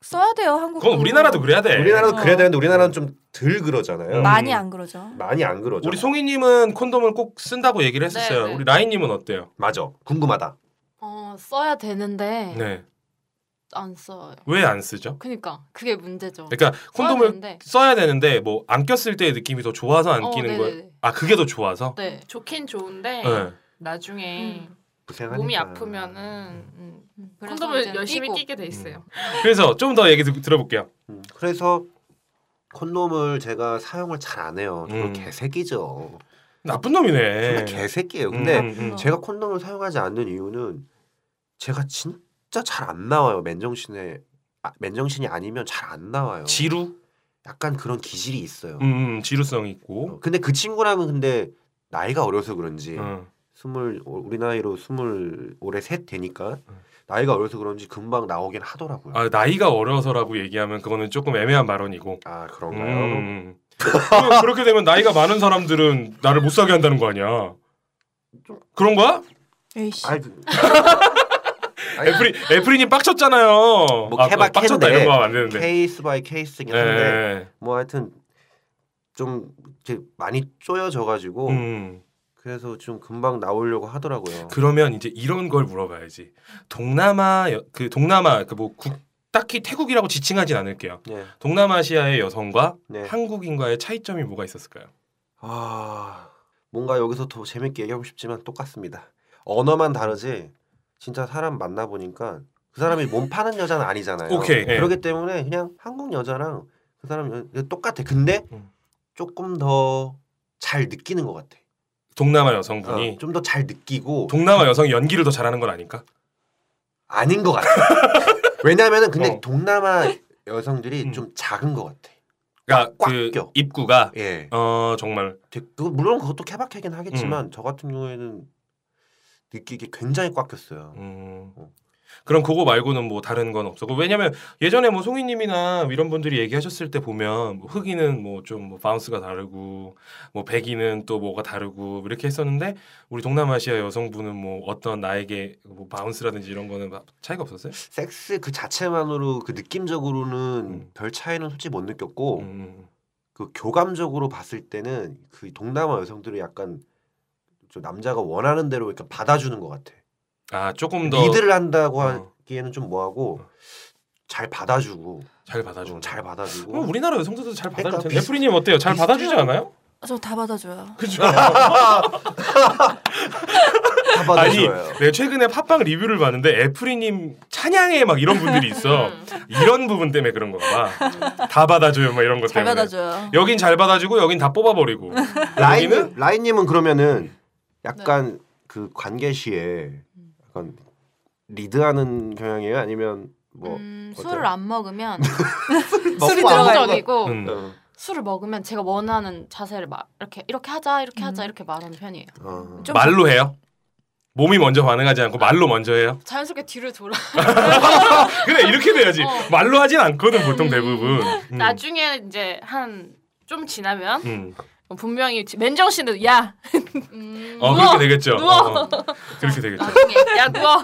[SPEAKER 3] 써야 돼요 한국.
[SPEAKER 1] 그건 우리나라도 그래야 돼.
[SPEAKER 2] 우리나라도
[SPEAKER 8] 아.
[SPEAKER 3] 어.
[SPEAKER 2] 그래야 되는데 우리나라는 좀 덜 그러잖아요
[SPEAKER 1] 음.
[SPEAKER 3] 많이 안 그러죠.
[SPEAKER 2] 많이 안 그러죠
[SPEAKER 1] 우리 송이님은 콘돔을 꼭 쓴다고 얘기를 했었어요.
[SPEAKER 8] 네, 네.
[SPEAKER 1] 우리 라인님은 어때요?
[SPEAKER 2] 맞아 궁금하다
[SPEAKER 4] 어, 써야 되는데
[SPEAKER 1] 네.
[SPEAKER 4] 안 써요.
[SPEAKER 1] 왜 안 쓰죠?
[SPEAKER 4] 그니까 그게 문제죠.
[SPEAKER 1] 그러니까
[SPEAKER 4] 써야
[SPEAKER 1] 콘돔을
[SPEAKER 4] 되는데.
[SPEAKER 1] 써야 되는데 뭐 안 꼈을 때의 느낌이 더 좋아서 안
[SPEAKER 4] 어,
[SPEAKER 1] 끼는
[SPEAKER 4] 네네네.
[SPEAKER 1] 거예요. 아 그게 더 좋아서.
[SPEAKER 4] 네.
[SPEAKER 8] 좋긴 좋은데
[SPEAKER 1] 네.
[SPEAKER 8] 나중에
[SPEAKER 2] 고생하니까
[SPEAKER 8] 몸이 아프면은 음,
[SPEAKER 4] 음, 그래서
[SPEAKER 8] 콘돔을
[SPEAKER 4] 이제는
[SPEAKER 8] 열심히
[SPEAKER 4] 끼고.
[SPEAKER 8] 끼게 돼 있어요.
[SPEAKER 1] 음. 그래서 좀 더 얘기 드- 들어볼게요.
[SPEAKER 2] 음, 그래서 콘돔을 제가 사용을 잘 안 해요 저는
[SPEAKER 1] 음.
[SPEAKER 2] 개새끼죠
[SPEAKER 1] 나쁜 놈이네.
[SPEAKER 2] 정말 개새끼예요 근데
[SPEAKER 1] 음, 음, 음.
[SPEAKER 2] 제가 콘돔을 사용하지 않는 이유는 제가 진짜 잘 안 나와요. 맨정신에 아, 맨정신이 아니면 잘 안 나와요.
[SPEAKER 1] 지루,
[SPEAKER 2] 약간 그런 기질이 있어요.
[SPEAKER 1] 음, 지루성 있고.
[SPEAKER 2] 근데 그 친구라면 근데 나이가 어려서 그런지
[SPEAKER 1] 음.
[SPEAKER 2] 스물 어, 우리 나이로 스물 올해 셋 되니까
[SPEAKER 1] 음.
[SPEAKER 2] 나이가 어려서 그런지 금방 나오긴 하더라고요. 아,
[SPEAKER 1] 아 나이가 어려서라고 얘기하면 그거는 조금 애매한 발언이고.
[SPEAKER 2] 아, 그런가요?
[SPEAKER 1] <laughs> 음. 그- 그렇게 되면 나이가 많은 사람들은 나를 못 사게 한다는 거 아니야? 그런 거야?
[SPEAKER 3] 에이씨.
[SPEAKER 2] 아니,
[SPEAKER 1] <laughs> 애플이 애플이님 빡쳤잖아요.
[SPEAKER 2] 뭐
[SPEAKER 1] 아,
[SPEAKER 2] 케바
[SPEAKER 1] 빡쳤다
[SPEAKER 2] 캔데
[SPEAKER 1] 이런 거 하면 안 되는데.
[SPEAKER 2] 케이스 바이 케이스긴 한데
[SPEAKER 1] 네.
[SPEAKER 2] 뭐 하여튼 좀 이렇게 많이 쪼여져 가지고
[SPEAKER 1] 음.
[SPEAKER 2] 그래서 좀 금방 나오려고 하더라고요.
[SPEAKER 1] 그러면 이제 이런 걸 물어봐야지. 동남아 여- 그 동남아 그 뭐 딱히 태국이라고 지칭하진 않을게요.
[SPEAKER 2] 네.
[SPEAKER 1] 동남아시아의 여성과
[SPEAKER 2] 네.
[SPEAKER 1] 한국인과의 차이점이 뭐가 있었을까요?
[SPEAKER 2] 아 뭔가 여기서 더 재밌게 얘기하고 싶지만 똑같습니다. 언어만 다르지 진짜 사람 만나 보니까 그 사람이 몸 파는 여자는 아니잖아요.
[SPEAKER 1] 오케이, 예.
[SPEAKER 2] 그렇기 때문에 그냥 한국 여자랑 그 사람 여- 똑같아. 근데
[SPEAKER 1] 음.
[SPEAKER 2] 조금 더 잘 느끼는 것 같아.
[SPEAKER 1] 동남아 여성분이
[SPEAKER 2] 어, 좀 더 잘 느끼고
[SPEAKER 1] 동남아 여성 연기를 더 잘하는 건 아닐까?
[SPEAKER 2] 아닌 <laughs> 것 같아. 왜냐면은 근데
[SPEAKER 1] 어.
[SPEAKER 2] 동남아 여성들이
[SPEAKER 1] 음.
[SPEAKER 2] 좀 작은 것 같아.
[SPEAKER 1] 그러니까
[SPEAKER 2] 꽉
[SPEAKER 1] 그
[SPEAKER 2] 껴.
[SPEAKER 1] 입구가
[SPEAKER 2] 예.
[SPEAKER 1] 어 정말
[SPEAKER 2] 되게- 그거 물론 그것도 케바케긴 하겠지만
[SPEAKER 1] 음.
[SPEAKER 2] 저 같은 경우에는 느끼기 굉장히 꽉 꼈어요.
[SPEAKER 1] 음. 그럼 그거 말고는 뭐 다른 건 없었고 왜냐면 예전에 뭐 송이님이나 이런 분들이 얘기하셨을 때 보면 뭐 흑인은 뭐 좀 뭐 바운스가 다르고 뭐 백인은 또 뭐가 다르고 이렇게 했었는데 우리 동남아시아 여성분은 뭐 어떤 나에게 뭐 바운스라든지 이런 거는 막 차이가 없었어요?
[SPEAKER 2] 섹스 그 자체만으로 그 느낌적으로는
[SPEAKER 1] 음.
[SPEAKER 2] 별 차이는 솔직히 못 느꼈고
[SPEAKER 1] 음.
[SPEAKER 2] 그 교감적으로 봤을 때는 그 동남아 여성들이 약간 좀 남자가 원하는 대로 이렇게 받아주는 것 같아.
[SPEAKER 1] 아 조금 더 잘
[SPEAKER 2] 리드를 한다고
[SPEAKER 1] 어.
[SPEAKER 2] 하기에는 좀 뭐하고 잘 받아주고
[SPEAKER 1] 받아주고
[SPEAKER 2] 어, 잘 받아주고
[SPEAKER 1] 그럼 우리나라 여성들도 잘 받아줄
[SPEAKER 2] 그러니까
[SPEAKER 1] 텐데
[SPEAKER 2] 비슷-
[SPEAKER 1] 애프리님 어때요? 잘
[SPEAKER 2] 비슷해요.
[SPEAKER 1] 받아주지 않아요?
[SPEAKER 3] 저 다 받아줘요.
[SPEAKER 2] <laughs>
[SPEAKER 1] 그죠?
[SPEAKER 2] 다
[SPEAKER 1] 아니
[SPEAKER 2] 받아줘요.
[SPEAKER 1] 내가 네, 최근에 팟빵 리뷰를 봤는데 애프리님 찬양에 막 이런 분들이 음. 있어
[SPEAKER 8] 음.
[SPEAKER 1] 이런 부분 때문에 그런 건가 봐다 받아줘요 막 이런 것
[SPEAKER 3] 잘
[SPEAKER 1] 때문에
[SPEAKER 3] 받아줘요.
[SPEAKER 1] 여긴 잘 받아주고 여긴 다 뽑아버리고
[SPEAKER 8] 음.
[SPEAKER 2] 라인 라인님은
[SPEAKER 3] 네.
[SPEAKER 2] 그러면은 약간 그 관계 시에 약간 리드하는 경향이에요? 아니면 뭐
[SPEAKER 4] 음,
[SPEAKER 2] 어때요?
[SPEAKER 4] 술을 안 먹으면
[SPEAKER 3] 음.
[SPEAKER 2] 먹고
[SPEAKER 3] 술이
[SPEAKER 2] 안
[SPEAKER 3] 들어가야
[SPEAKER 2] 먹는
[SPEAKER 4] 적이고
[SPEAKER 8] 뭐,
[SPEAKER 1] 음.
[SPEAKER 2] 거? 어,
[SPEAKER 4] 술을 먹으면 제가 원하는 자세를 막 이렇게 이렇게 하자 이렇게
[SPEAKER 3] 음.
[SPEAKER 4] 하자 이렇게 말하는 편이에요.
[SPEAKER 2] 어.
[SPEAKER 3] 좀
[SPEAKER 1] 말로 해요 몸이 먼저 반응하지 않고 말로 먼저 해요
[SPEAKER 4] 자연스럽게 뒤를 돌아.
[SPEAKER 1] 그래 이렇게 돼야지
[SPEAKER 4] 어.
[SPEAKER 1] 말로 하진 않거든 보통 대부분 음.
[SPEAKER 8] 나중에 이제 한 좀 지나면
[SPEAKER 1] 음.
[SPEAKER 8] 분명히 지- 맨정신으로 야,
[SPEAKER 4] 음,
[SPEAKER 1] 어
[SPEAKER 8] 누워,
[SPEAKER 1] 그렇게 되겠죠
[SPEAKER 8] 누워.
[SPEAKER 1] 어, 그렇게 되겠죠
[SPEAKER 4] 나중에
[SPEAKER 8] 야 누워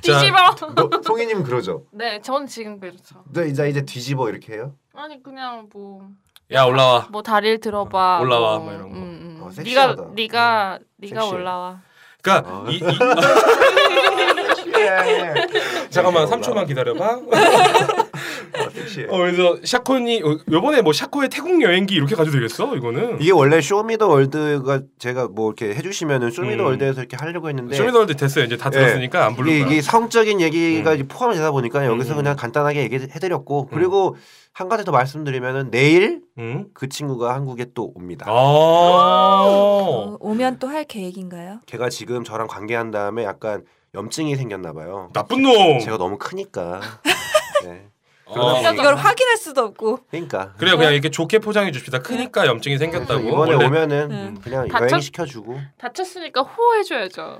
[SPEAKER 8] 뒤집어.
[SPEAKER 1] <laughs>
[SPEAKER 2] 너, 뭐, 송이님 그러죠.
[SPEAKER 8] 네, 전 지금 그렇죠.
[SPEAKER 2] 너 이제 이제 뒤집어 이렇게 해요?
[SPEAKER 8] 아니 그냥 뭐 뭐
[SPEAKER 1] 야 올라와
[SPEAKER 8] 다리를 들어봐.
[SPEAKER 1] 올라와,
[SPEAKER 8] 뭐,
[SPEAKER 1] 막 이런 거.
[SPEAKER 8] 음, 음.
[SPEAKER 2] 어,
[SPEAKER 8] 네가
[SPEAKER 2] 섹시하다.
[SPEAKER 8] 네가 네가
[SPEAKER 2] 섹시해.
[SPEAKER 8] 올라와.
[SPEAKER 1] 그러니까
[SPEAKER 2] 어.
[SPEAKER 1] 이, 이- <laughs>
[SPEAKER 2] 예,
[SPEAKER 1] 잠깐만 3초만 기다려봐
[SPEAKER 2] 네, 어, 섹시해.
[SPEAKER 1] 어, 그래서 샤코니 어, 요번에 뭐 샤코의 태국 여행기 이렇게 가도 되겠어? 이거는
[SPEAKER 2] 이게 원래 쇼미더월드가 제가 뭐 이렇게 해주시면은 음. 쇼미더월드에서 이렇게 하려고 했는데
[SPEAKER 1] 쇼미더월드 됐어요. 이제 다
[SPEAKER 2] 예.
[SPEAKER 1] 들었으니까 안 부를
[SPEAKER 2] 네. 이게,
[SPEAKER 1] 거야.
[SPEAKER 2] 이게 성적인 얘기가
[SPEAKER 1] 음.
[SPEAKER 2] 이제 포함이 되다 보니까 여기서
[SPEAKER 1] 음.
[SPEAKER 2] 그냥 간단하게 얘기해드렸고 그리고 한 가지 더 말씀드리면은 내일
[SPEAKER 1] 응?
[SPEAKER 2] 그 친구가 한국에 또 옵니다.
[SPEAKER 1] 음. 아.
[SPEAKER 3] 어, 오면 또 할 계획인가요?
[SPEAKER 2] 걔가 지금 저랑 관계한 다음에 약간 염증이 생겼나 봐요.
[SPEAKER 1] 나쁜 놈.
[SPEAKER 2] 제가 너무
[SPEAKER 1] <laughs>
[SPEAKER 2] 크니까. 네.
[SPEAKER 1] 어.
[SPEAKER 2] 그러다
[SPEAKER 3] 이걸 확인할 수도 없고.
[SPEAKER 2] 그러니까.
[SPEAKER 1] 그래요. 그냥 이렇게 좋게 포장해 줍시다. 크니까 염증이
[SPEAKER 2] 그래서
[SPEAKER 1] 생겼다고.
[SPEAKER 2] 이번에
[SPEAKER 1] 원래
[SPEAKER 2] 오면은
[SPEAKER 3] 음.
[SPEAKER 2] 그냥
[SPEAKER 8] 다쳤-
[SPEAKER 2] 여행 시켜주고.
[SPEAKER 8] 다쳤으니까 호해줘야죠.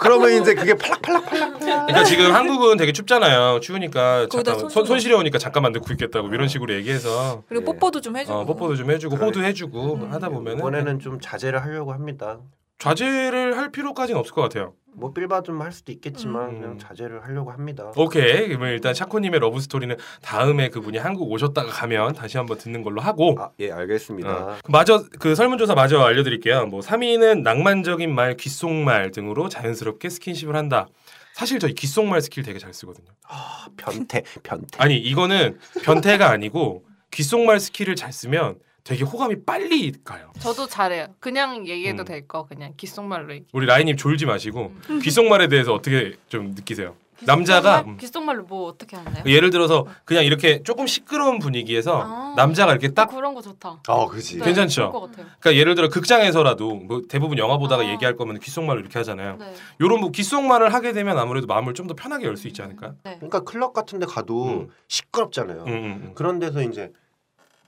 [SPEAKER 2] 그러면 이제 그게 팔락팔락팔락.
[SPEAKER 1] 그러니까 지금 한국은 되게 춥잖아요. 추우니까
[SPEAKER 3] 거기다
[SPEAKER 1] 잠깐
[SPEAKER 3] 손-
[SPEAKER 1] 손, 손 시려우니까 잠깐만 넣고 있겠다고 이런 식으로 얘기해서
[SPEAKER 3] 그리고
[SPEAKER 2] 예.
[SPEAKER 3] 뽀뽀도 좀 해주고.
[SPEAKER 1] 어, 뽀뽀도 좀 해주고
[SPEAKER 2] 그래.
[SPEAKER 1] 호도 해주고
[SPEAKER 3] 음.
[SPEAKER 1] 하다 보면은 네.
[SPEAKER 2] 이번에는 좀 자제를 하려고 합니다.
[SPEAKER 1] 좌제를 할 필요까지는 없을 것 같아요.
[SPEAKER 2] 뭐 삘받으면 할 수도 있겠지만
[SPEAKER 1] 음.
[SPEAKER 2] 그냥 자제를 하려고 합니다.
[SPEAKER 1] 어? 오케이. 그러면 일단 샤코님의 러브 스토리는 다음에 그분이 한국 오셨다가 가면 다시 한번 듣는 걸로 하고
[SPEAKER 2] 아, 예, 알겠습니다.
[SPEAKER 1] 어. 마저 그 설문조사 마저 알려드릴게요. 뭐 3위는 낭만적인 말, 귓속말 등으로 자연스럽게 스킨십을 한다. 사실 저희 귓속말 스킬 되게 잘 쓰거든요.
[SPEAKER 2] 아, 변태, 변태.
[SPEAKER 1] 아니 이거는 변태가 아니고 귓속말 스킬을 잘 쓰면 되게 호감이 빨리 가요.
[SPEAKER 8] 저도 잘해요. 그냥 얘기해도
[SPEAKER 1] 음.
[SPEAKER 8] 될 거 그냥 귓속말로 얘기.
[SPEAKER 1] 우리 라인님 졸지 마시고 귓속말에 대해서 어떻게 좀 느끼세요? 남자가 음.
[SPEAKER 4] 귓속말로 뭐 어떻게 하나요?
[SPEAKER 1] 예를 들어서 그냥 이렇게 조금 시끄러운 분위기에서
[SPEAKER 4] 아.
[SPEAKER 1] 남자가 이렇게 딱 음.
[SPEAKER 4] 그런 거 좋다.
[SPEAKER 2] 어, 그지.
[SPEAKER 4] 네,
[SPEAKER 1] 괜찮죠?
[SPEAKER 4] 좋을 것 같아요.
[SPEAKER 1] 그러니까 예를 들어 극장에서라도 뭐 대부분 영화 보다가
[SPEAKER 4] 아.
[SPEAKER 1] 얘기할 거면 귓속말로 이렇게 하잖아요.
[SPEAKER 4] 네.
[SPEAKER 1] 요런 뭐 귓속말을 하게 되면 아무래도 마음을 좀 더 편하게 열 수 있지 않을까?
[SPEAKER 4] 네.
[SPEAKER 2] 그러니까 클럽 같은 데 가도
[SPEAKER 1] 음.
[SPEAKER 2] 시끄럽잖아요.
[SPEAKER 1] 음, 음, 음.
[SPEAKER 2] 그런 데서 이제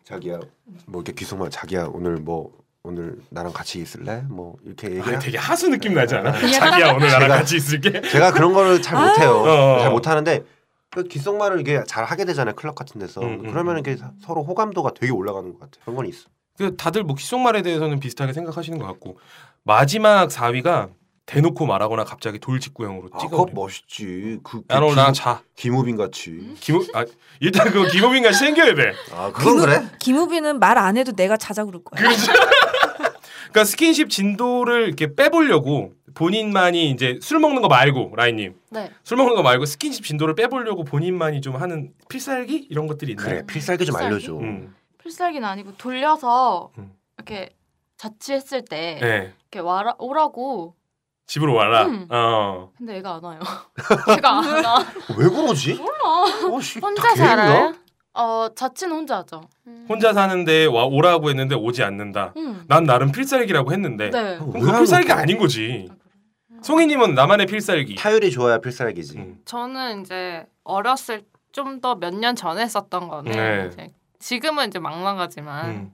[SPEAKER 2] 자기야 뭐 이렇게 귀속말 자기야 오늘 뭐 오늘 나랑 같이 있을래? 뭐 이렇게
[SPEAKER 1] 아,
[SPEAKER 2] 얘기를
[SPEAKER 1] 되게 하수 느낌 나지 않아?
[SPEAKER 2] 네.
[SPEAKER 1] <laughs> 자기야 오늘 나랑
[SPEAKER 2] 제가-
[SPEAKER 1] 같이 있을게.
[SPEAKER 2] 제가 그런 거를 잘 못해요.
[SPEAKER 1] 어.
[SPEAKER 2] 잘 못하는데 그 귓속말을 이게 잘 하게 되잖아요 클럽 같은 데서
[SPEAKER 1] 음, 음.
[SPEAKER 2] 그러면 이게 사- 서로 호감도가 되게 올라가는 것 같아요. 그런 건 있어.
[SPEAKER 1] 그 다들 뭐 귓속말에 대해서는 비슷하게 생각하시는 것 같고 마지막 4위가 대놓고 말하거나 갑자기 돌직구형으로
[SPEAKER 2] 아,
[SPEAKER 1] 찍어.
[SPEAKER 2] 그거 멋있지. 그, 그
[SPEAKER 1] 야, 너 나랑 자.
[SPEAKER 2] 김우빈 같이.
[SPEAKER 1] 김우, 아, 일단 그거 김우빈과 챙겨야 돼.
[SPEAKER 2] 아, 그건 그래?
[SPEAKER 3] 김우빈은 말 안 해도 내가 자자 그럴 거야.
[SPEAKER 1] 그러니까 스킨십 진도를 이렇게 빼보려고 본인만이 이제 술 먹는 거 말고 라인님
[SPEAKER 4] 네.
[SPEAKER 1] 술 먹는 거 말고 스킨십 진도를 빼보려고 본인만이 좀 하는 필살기 이런 것들이 있나요?
[SPEAKER 2] 그래, 필살기 좀
[SPEAKER 4] 필살기?
[SPEAKER 2] 알려줘.
[SPEAKER 1] 음.
[SPEAKER 4] 필살기는 아니고 돌려서
[SPEAKER 1] 음.
[SPEAKER 4] 이렇게 자취했을 때
[SPEAKER 1] 네.
[SPEAKER 4] 이렇게 와라 오라고
[SPEAKER 1] 집으로 와라.
[SPEAKER 4] 음.
[SPEAKER 1] 어.
[SPEAKER 4] 근데 애가 안 와요. <laughs> 애가 안 와.
[SPEAKER 2] 어, 왜 그러지?
[SPEAKER 4] 몰라.
[SPEAKER 2] 어, 씨, 다
[SPEAKER 8] 혼자
[SPEAKER 2] 개인가?
[SPEAKER 8] 살아요?
[SPEAKER 4] 어 자취는 혼자 하죠.
[SPEAKER 1] 혼자 사는데 와 오라고 했는데 오지 않는다.
[SPEAKER 4] 음.
[SPEAKER 1] 난 나름 필살기라고 했는데
[SPEAKER 4] 네.
[SPEAKER 2] 어,
[SPEAKER 1] 그럼
[SPEAKER 2] 왜
[SPEAKER 1] 그거
[SPEAKER 2] 하는
[SPEAKER 1] 필살기가
[SPEAKER 2] 거야?
[SPEAKER 1] 아닌 거지. 송이님은 나만의 필살기.
[SPEAKER 2] 타율이 좋아야 필살기지.
[SPEAKER 1] 음.
[SPEAKER 8] 저는 이제 어렸을 좀 더 몇 년 전에 썼던 거는
[SPEAKER 1] 네.
[SPEAKER 8] 이제 지금은 이제 막
[SPEAKER 3] 아.
[SPEAKER 8] 나가지만
[SPEAKER 1] 음.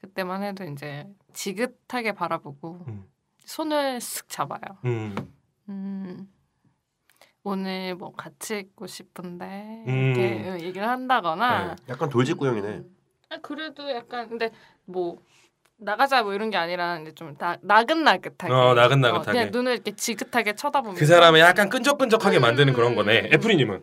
[SPEAKER 8] 그때만 해도 이제 지긋하게 바라보고
[SPEAKER 1] 음.
[SPEAKER 8] 손을 쓱 잡아요.
[SPEAKER 1] 음.
[SPEAKER 8] 음, 오늘 뭐 같이 있고 싶은데
[SPEAKER 1] 음. 네.
[SPEAKER 8] 이렇게 응, 얘기를 한다거나
[SPEAKER 2] 약간 돌직구형이네.
[SPEAKER 8] 음. 아, 그래도 약간 근데 뭐 나가자 뭐 이런 게 아니라 이제 좀 나, 나긋나긋하게
[SPEAKER 1] 어, 나긋나긋하게.
[SPEAKER 8] 그냥 눈을 이렇게 지긋하게 쳐다보면
[SPEAKER 1] 그 사람을 약간 끈적끈적하게 만드는 그런 거네.
[SPEAKER 8] 음.
[SPEAKER 1] 애프리님은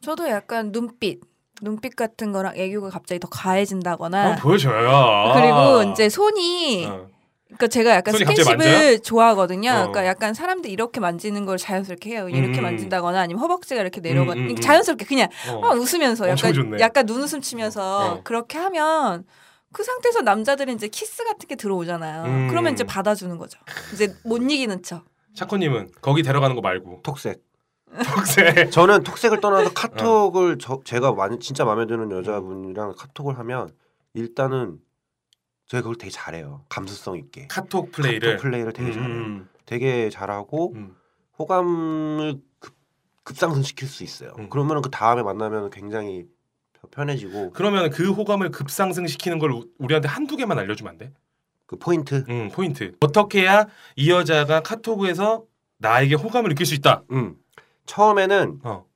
[SPEAKER 3] 저도 약간 눈빛, 눈빛 같은 거랑 애교가 갑자기 더 가해진다거나
[SPEAKER 1] 어, 보여줘요.
[SPEAKER 3] 아.
[SPEAKER 1] 아.
[SPEAKER 3] 그리고 이제 손이
[SPEAKER 1] 어.
[SPEAKER 3] 그러니까 제가 약간
[SPEAKER 1] 손이 갑자기
[SPEAKER 3] 스킨십을
[SPEAKER 1] 만져요?
[SPEAKER 3] 좋아하거든요.
[SPEAKER 1] 어.
[SPEAKER 3] 그러니까 약간 사람들 이렇게 만지는 걸 자연스럽게 해요. 이렇게
[SPEAKER 1] 음.
[SPEAKER 3] 만진다거나 아니면 허벅지가 이렇게 내려가
[SPEAKER 1] 음, 음, 음.
[SPEAKER 3] 자연스럽게 그냥
[SPEAKER 1] 어.
[SPEAKER 3] 막 웃으면서
[SPEAKER 1] 엄청
[SPEAKER 3] 약간
[SPEAKER 1] 좋네.
[SPEAKER 3] 약간 눈웃음 치면서
[SPEAKER 1] 어.
[SPEAKER 3] 그렇게 하면 그 상태에서 남자들은 이제 키스 같은 게 들어오잖아요.
[SPEAKER 1] 음.
[SPEAKER 3] 그러면 이제 받아주는 거죠. 이제 못 이기는 척.
[SPEAKER 1] 차코님은 거기 데려가는 거
[SPEAKER 3] <laughs>
[SPEAKER 1] 말고
[SPEAKER 2] 톡색.
[SPEAKER 1] 턱새.
[SPEAKER 2] 저는 톡색을
[SPEAKER 1] 네.
[SPEAKER 2] 떠나서 카톡을 저, 제가 많이 진짜 마음에 드는 여자분이랑 카톡을 하면 일단은 제가 그걸 되게 잘해요. 감수성 있게.
[SPEAKER 1] 카톡 플레이를.
[SPEAKER 2] 카톡 플레이를 되게 잘해요.
[SPEAKER 1] 음,
[SPEAKER 2] 되게 잘하고
[SPEAKER 1] 음.
[SPEAKER 2] 호감을 급, 급상승시킬 수 있어요.
[SPEAKER 1] 음.
[SPEAKER 2] 그러면 그 다음에 만나면 굉장히 편해지고
[SPEAKER 1] 그러면 그 호감을 급상승시키는 걸 우- 우리한테 한두 개만 알려주면 안 돼?
[SPEAKER 2] 그 포인트.
[SPEAKER 1] 음, 포인트. 어떻게 해야 이 여자가 카톡에서 나에게 호감을 느낄 수 있다.
[SPEAKER 2] 음. 처음에는
[SPEAKER 1] 어.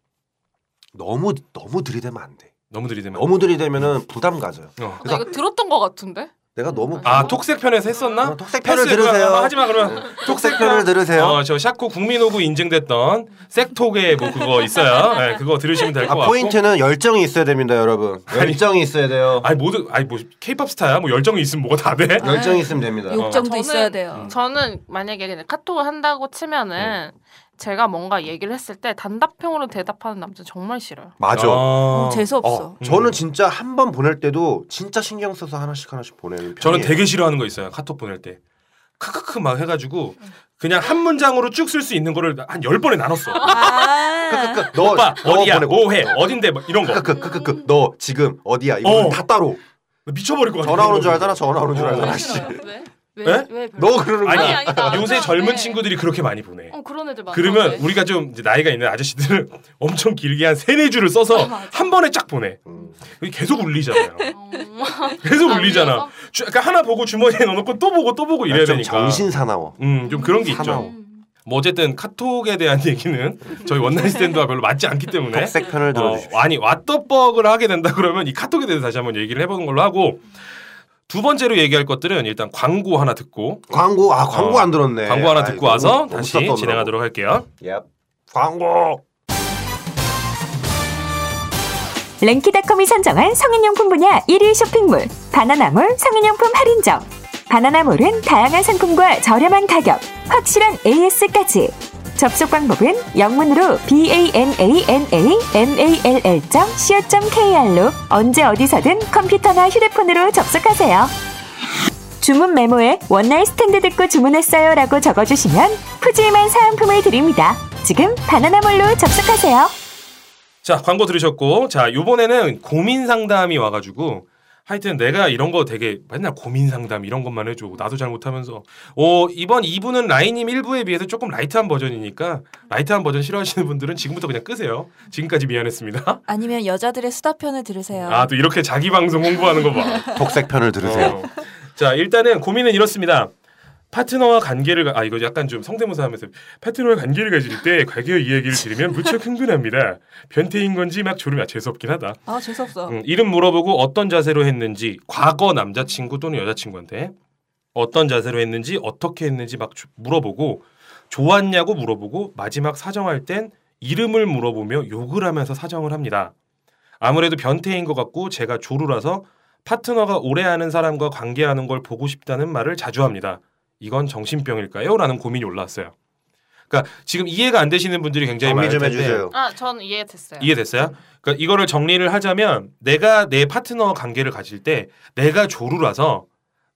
[SPEAKER 2] 너무 너무 들이대면 안 돼.
[SPEAKER 1] 너무 들이대면.
[SPEAKER 2] 너무 들이대면은 부담 가져요.
[SPEAKER 1] 어.
[SPEAKER 8] 나 이거 들었던 거 같은데
[SPEAKER 2] 내가 너무
[SPEAKER 1] 아, 톡색 편에서 했었나?
[SPEAKER 2] 톡색 어, 편을
[SPEAKER 1] 패스
[SPEAKER 2] 들으세요. 네.
[SPEAKER 1] 그거 하지 마 그러면.
[SPEAKER 2] 톡색 편을 들으세요.
[SPEAKER 1] 어, 저 샤코 국민호구 인증됐던 섹톡에 뭐 그거 있어요. 네, 그거 들으시면 될 것
[SPEAKER 2] 아,
[SPEAKER 1] 같고.
[SPEAKER 2] 포인트는 열정이 있어야 됩니다, 여러분.
[SPEAKER 1] 아니.
[SPEAKER 2] 열정이 있어야 돼요.
[SPEAKER 1] 아니 모든 아니 뭐 케이팝 스타야. 뭐 열정이 있으면 뭐가 다 돼?
[SPEAKER 2] 열정이 있으면
[SPEAKER 1] 아.
[SPEAKER 2] 됩니다.
[SPEAKER 3] 욕정도
[SPEAKER 8] 저는-
[SPEAKER 3] 있어야 돼요.
[SPEAKER 2] 아.
[SPEAKER 1] 음.
[SPEAKER 8] 저는 만약에 그냥 카톡을 한다고 치면은 제가 뭔가 얘기를 했을 때 단답형으로 대답하는 남자 정말 싫어요.
[SPEAKER 2] 맞아. 어.
[SPEAKER 1] 어.
[SPEAKER 3] 어, 재수 없어.
[SPEAKER 2] 저는 진짜 한 번 보낼 때도 진짜 신경 써서 하나씩 하나씩 보내는 편이에요.
[SPEAKER 1] 저는 되게 싫어하는 거 있어요. 카톡 보낼 때. 크크크 막 해가지고 그냥 한 문장으로 쭉 쓸 수 있는 거를 한 열 번에 나눴어. <laughs>
[SPEAKER 3] 아,
[SPEAKER 2] 끄끄끄, 너
[SPEAKER 1] 오빠
[SPEAKER 2] 너
[SPEAKER 1] 어디야?
[SPEAKER 2] 보내고. 그
[SPEAKER 1] 뭐해? 어딘데? 막 이런 거.
[SPEAKER 2] 끄끄끄끄 너 지금 어디야? 이거
[SPEAKER 1] 어.
[SPEAKER 2] 다 따로.
[SPEAKER 1] 미쳐버릴 것 같아.
[SPEAKER 2] 전화 오는 줄 알잖아. 전화 오는 줄
[SPEAKER 1] 어.
[SPEAKER 2] 알잖아.
[SPEAKER 4] 왜
[SPEAKER 2] 씨.
[SPEAKER 4] 싫어요? 왜? 왜?
[SPEAKER 1] 에?
[SPEAKER 4] 왜 별로?
[SPEAKER 2] 너 그러는 거야.
[SPEAKER 1] 아니,
[SPEAKER 4] 아니, 아니, 나
[SPEAKER 1] 요새
[SPEAKER 4] 알잖아.
[SPEAKER 1] 젊은
[SPEAKER 4] 네.
[SPEAKER 1] 친구들이 그렇게 많이 보내.
[SPEAKER 4] 어 그런 애들 많아.
[SPEAKER 1] 그러면
[SPEAKER 4] 네.
[SPEAKER 1] 우리가 좀 이제 나이가 있는 아저씨들은 <laughs> 엄청 길게 한 세네 줄을
[SPEAKER 4] 아,
[SPEAKER 1] 써서 한 번에 쫙 보내.
[SPEAKER 2] 음.
[SPEAKER 1] 계속
[SPEAKER 4] <laughs>
[SPEAKER 1] 울리잖아요.
[SPEAKER 4] 어,
[SPEAKER 1] 계속
[SPEAKER 4] 아,
[SPEAKER 1] 울리잖아.
[SPEAKER 4] 울려서?
[SPEAKER 1] 주- 그러니까 하나 보고 주머니에 넣어놓고 또 보고 또 보고 이래야
[SPEAKER 2] 좀
[SPEAKER 1] 되니까.
[SPEAKER 2] 정신 사나워.
[SPEAKER 1] 음, 좀 그런 게
[SPEAKER 2] 사나워.
[SPEAKER 1] 있죠.
[SPEAKER 4] 음.
[SPEAKER 1] 뭐 어쨌든 카톡에 대한 <laughs> 얘기는 저희 원나잇 스탠드와 별로 맞지 않기 때문에
[SPEAKER 2] 톡색 편을
[SPEAKER 1] 어,
[SPEAKER 2] 들어주십시오.
[SPEAKER 1] 아니 왓더벅을 하게 된다 그러면 이 카톡에 대해서 다시 한번 얘기를 해보는 걸로 하고 두 번째로 얘기할 것들은 일단 광고 하나 듣고
[SPEAKER 2] 광고 아 광고
[SPEAKER 1] 어,
[SPEAKER 2] 안 들었네.
[SPEAKER 1] 광고 하나
[SPEAKER 2] 아이,
[SPEAKER 1] 듣고
[SPEAKER 2] 너무-
[SPEAKER 1] 와서
[SPEAKER 2] 너무
[SPEAKER 1] 다시
[SPEAKER 2] 썼다,
[SPEAKER 1] 진행하도록 할게요.
[SPEAKER 2] Yep. 광고.
[SPEAKER 10] 랭키닷컴이 선정한 성인용품 분야 1위 쇼핑몰 바나나몰 성인용품 할인점 바나나몰은 다양한 상품과 저렴한 가격, 확실한 AS까지 접속 방법은 영문으로 bananamall.co.kr로 언제 어디서든 컴퓨터나 휴대폰으로 접속하세요. 주문 메모에 원나잇 스탠드 듣고 주문했어요 라고 적어주시면 푸짐한 사은품을 드립니다. 지금 바나나몰로 접속하세요.
[SPEAKER 1] 자 광고 들으셨고 자 요번에는 고민 상담이 와가지고 하여튼 내가 이런 거 되게 맨날 고민 상담 이런 것만 해줘 나도 잘 못하면서 어 이번 2부는 라인님 1부에 비해서 조금 라이트한 버전이니까 라이트한 버전 싫어하시는 분들은 지금부터 그냥 끄세요 지금까지 미안했습니다
[SPEAKER 3] 아니면 여자들의 수다편을 들으세요.
[SPEAKER 1] 아 또 이렇게 자기 방송 홍보하는 거봐
[SPEAKER 2] 톡색 편을 들으세요.
[SPEAKER 1] 어. 자 일단은 고민은 이렇습니다. 파트너와 관계를 가- 아 이거 약간 좀 성대모사하면서 파트너와 관계를 가질 때 관계의 이야기를 들으면 무척 흥분합니다. 변태인 건지 막 졸음이 아, 재수 없긴 하다.
[SPEAKER 3] 아 재수없어.
[SPEAKER 1] 음, 이름 물어보고 어떤 자세로 했는지 과거 남자친구 또는 여자친구한테 어떤 자세로 했는지 어떻게 했는지 막 주- 물어보고 좋았냐고 물어보고 마지막 사정할 땐 이름을 물어보며 욕을 하면서 사정을 합니다. 아무래도 변태인 것 같고 제가 조루라서 파트너가 오래 하는 사람과 관계하는 걸 보고 싶다는 말을 자주 합니다. 이건 정신병일까요? 라는 고민이 올라왔어요. 그러니까 지금 이해가 안 되시는 분들이 굉장히 많을
[SPEAKER 9] 정리 좀
[SPEAKER 1] 텐데
[SPEAKER 9] 해주세요.
[SPEAKER 8] 아, 전 이해됐어요.
[SPEAKER 1] 이해됐어요? 그러니까 이거를 정리를 하자면 내가 내 파트너 관계를 가질 때 내가 조루라서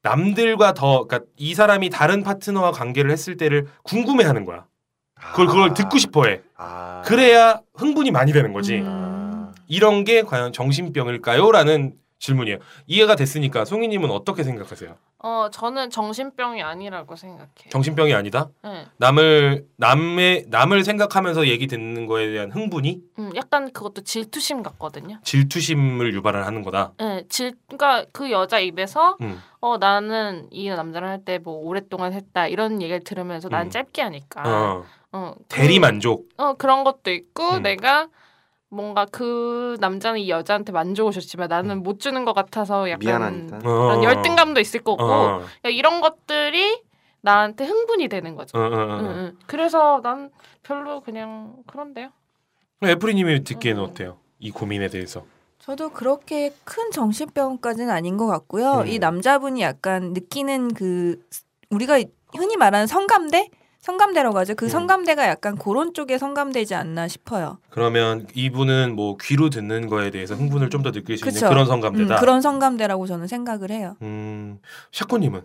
[SPEAKER 1] 남들과 더 그러니까 이 사람이 다른 파트너와 관계를 했을 때를 궁금해하는 거야. 그걸 그걸 듣고 싶어해.
[SPEAKER 9] 아.
[SPEAKER 1] 그래야 흥분이 많이 되는 거지.
[SPEAKER 8] 음.
[SPEAKER 9] 아.
[SPEAKER 1] 이런 게 과연 정신병일까요?라는 질문이에요. 이해가 됐으니까 송이님은 어떻게 생각하세요?
[SPEAKER 8] 어, 저는 정신병이 아니라고 생각해요.
[SPEAKER 1] 정신병이 아니다.
[SPEAKER 8] 네.
[SPEAKER 1] 남을 남의 남을 생각하면서 얘기 듣는 거에 대한 흥분이
[SPEAKER 8] 음, 약간 그것도 질투심 같거든요.
[SPEAKER 1] 질투심을 유발하는 거다.
[SPEAKER 8] 네, 질, 그러니까 그 여자 입에서
[SPEAKER 1] 음.
[SPEAKER 8] 어 나는 이 남자랑 할 때 뭐 오랫동안 했다 이런 얘기를 들으면서 난
[SPEAKER 1] 음.
[SPEAKER 8] 짧게 하니까
[SPEAKER 1] 어.
[SPEAKER 8] 어, 그-
[SPEAKER 1] 대리 만족.
[SPEAKER 8] 어 그런 것도 있고
[SPEAKER 1] 음.
[SPEAKER 8] 내가 뭔가 그 남자는 이 여자한테 만족을 줬지만 나는 못 주는 것 같아서 약간
[SPEAKER 9] 미안하니까.
[SPEAKER 1] 음.
[SPEAKER 8] 그런
[SPEAKER 1] 어.
[SPEAKER 8] 열등감도 있을 거고
[SPEAKER 1] 어.
[SPEAKER 8] 그러니까 이런 것들이 나한테 흥분이 되는 거죠.
[SPEAKER 1] 어, 어, 어.
[SPEAKER 8] 응, 응. 그래서 난 별로 그냥 그런데요. 음.
[SPEAKER 1] 애프리님이 듣기에는 어때요? 이 고민에 대해서.
[SPEAKER 3] 저도 그렇게 큰 정신병까지는 아닌 것 같고요.
[SPEAKER 1] 음.
[SPEAKER 3] 이 남자분이 약간 느끼는 그 우리가 흔히 말하는 성감대? 성감대라고 하죠. 그
[SPEAKER 1] 음.
[SPEAKER 3] 성감대가 약간 그런 쪽에 성감되지 않나 싶어요.
[SPEAKER 1] 그러면 이분은 뭐 귀로 듣는 거에 대해서 흥분을 좀 더 느낄 수
[SPEAKER 3] 그쵸?
[SPEAKER 1] 있는 그런 성감대다.
[SPEAKER 3] 음, 그런 성감대라고 저는 생각을 해요.
[SPEAKER 1] 음, 샤코님은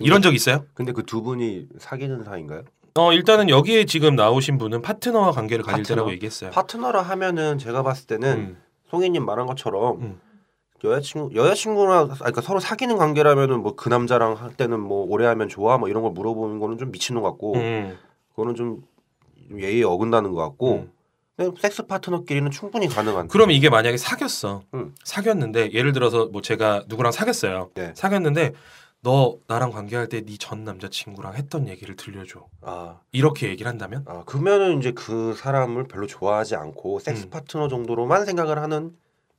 [SPEAKER 1] 이런 적 있어요?
[SPEAKER 9] 근데 그 두 분이 사귀는 사이인가요?
[SPEAKER 1] 어 일단은 여기에 지금 나오신 분은 파트너와 관계를 가질
[SPEAKER 9] 파트너?
[SPEAKER 1] 때라고 얘기했어요.
[SPEAKER 9] 파트너라 하면은 제가 봤을 때는
[SPEAKER 1] 음.
[SPEAKER 9] 송이님 말한 것처럼
[SPEAKER 1] 음.
[SPEAKER 9] 여자친구 여자친구랑 아, 그러니까 서로 사귀는 관계라면은 뭐 그 남자랑 할 때는 뭐 오래하면 좋아 뭐 이런 걸 물어보는 거는 좀 미친놈 같고
[SPEAKER 1] 음.
[SPEAKER 9] 그거는 좀 예의에 어긋나는 것 같고
[SPEAKER 1] 음.
[SPEAKER 9] 근데 섹스 파트너끼리는 충분히 가능한
[SPEAKER 1] 그럼 이게 만약에 사귀었어.
[SPEAKER 9] 음.
[SPEAKER 1] 사귀었는데 예를 들어서 뭐 제가 누구랑 사귀었어요.
[SPEAKER 9] 네.
[SPEAKER 1] 사귀었는데 너 나랑 관계할 때 네 전 남자친구랑 했던 얘기를 들려줘.
[SPEAKER 9] 아,
[SPEAKER 1] 이렇게 얘기를 한다면?
[SPEAKER 9] 아 그러면은 이제 그 사람을 별로 좋아하지 않고 섹스
[SPEAKER 1] 음.
[SPEAKER 9] 파트너 정도로만 생각을 하는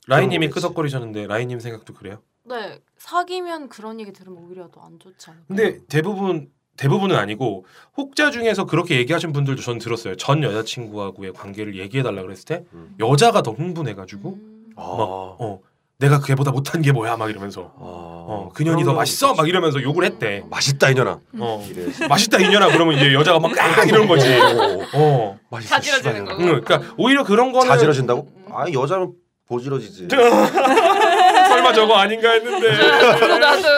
[SPEAKER 1] 라인님이
[SPEAKER 9] 그런 거겠지.
[SPEAKER 1] 끄덕거리셨는데 라인님 생각도 그래요?
[SPEAKER 4] 네 사귀면 그런 얘기 들으면 오히려 더 안 좋지 않을까?
[SPEAKER 1] 근데 대부분 대부분은 아니고 혹자 중에서 그렇게 얘기하신 분들도 전 들었어요. 전 여자친구하고의 관계를 얘기해 달라 그랬을 때
[SPEAKER 9] 음.
[SPEAKER 1] 여자가 더 흥분해 가지고
[SPEAKER 4] 음.
[SPEAKER 9] 아,
[SPEAKER 1] 어 내가 걔보다 못한 게 뭐야 막 이러면서 어 그년이 더 맛있어 막 이러면서 욕을 했대.
[SPEAKER 2] 음.
[SPEAKER 9] 맛있다 이년아
[SPEAKER 1] 어
[SPEAKER 9] 이래
[SPEAKER 1] 맛있다 이년아 그러면 이제 여자가 막 아, 이런 거지. 어
[SPEAKER 9] 맛있다
[SPEAKER 8] 자지러지는 거.
[SPEAKER 1] 응, 그러니까 오히려 그런 거는
[SPEAKER 9] 자지러진다고?
[SPEAKER 1] 음,
[SPEAKER 9] 아 여자는
[SPEAKER 1] 아,
[SPEAKER 9] 보지러지지
[SPEAKER 1] <laughs> 설마 저거 아닌가 <laughs> 했는데
[SPEAKER 8] <laughs> 나도 나도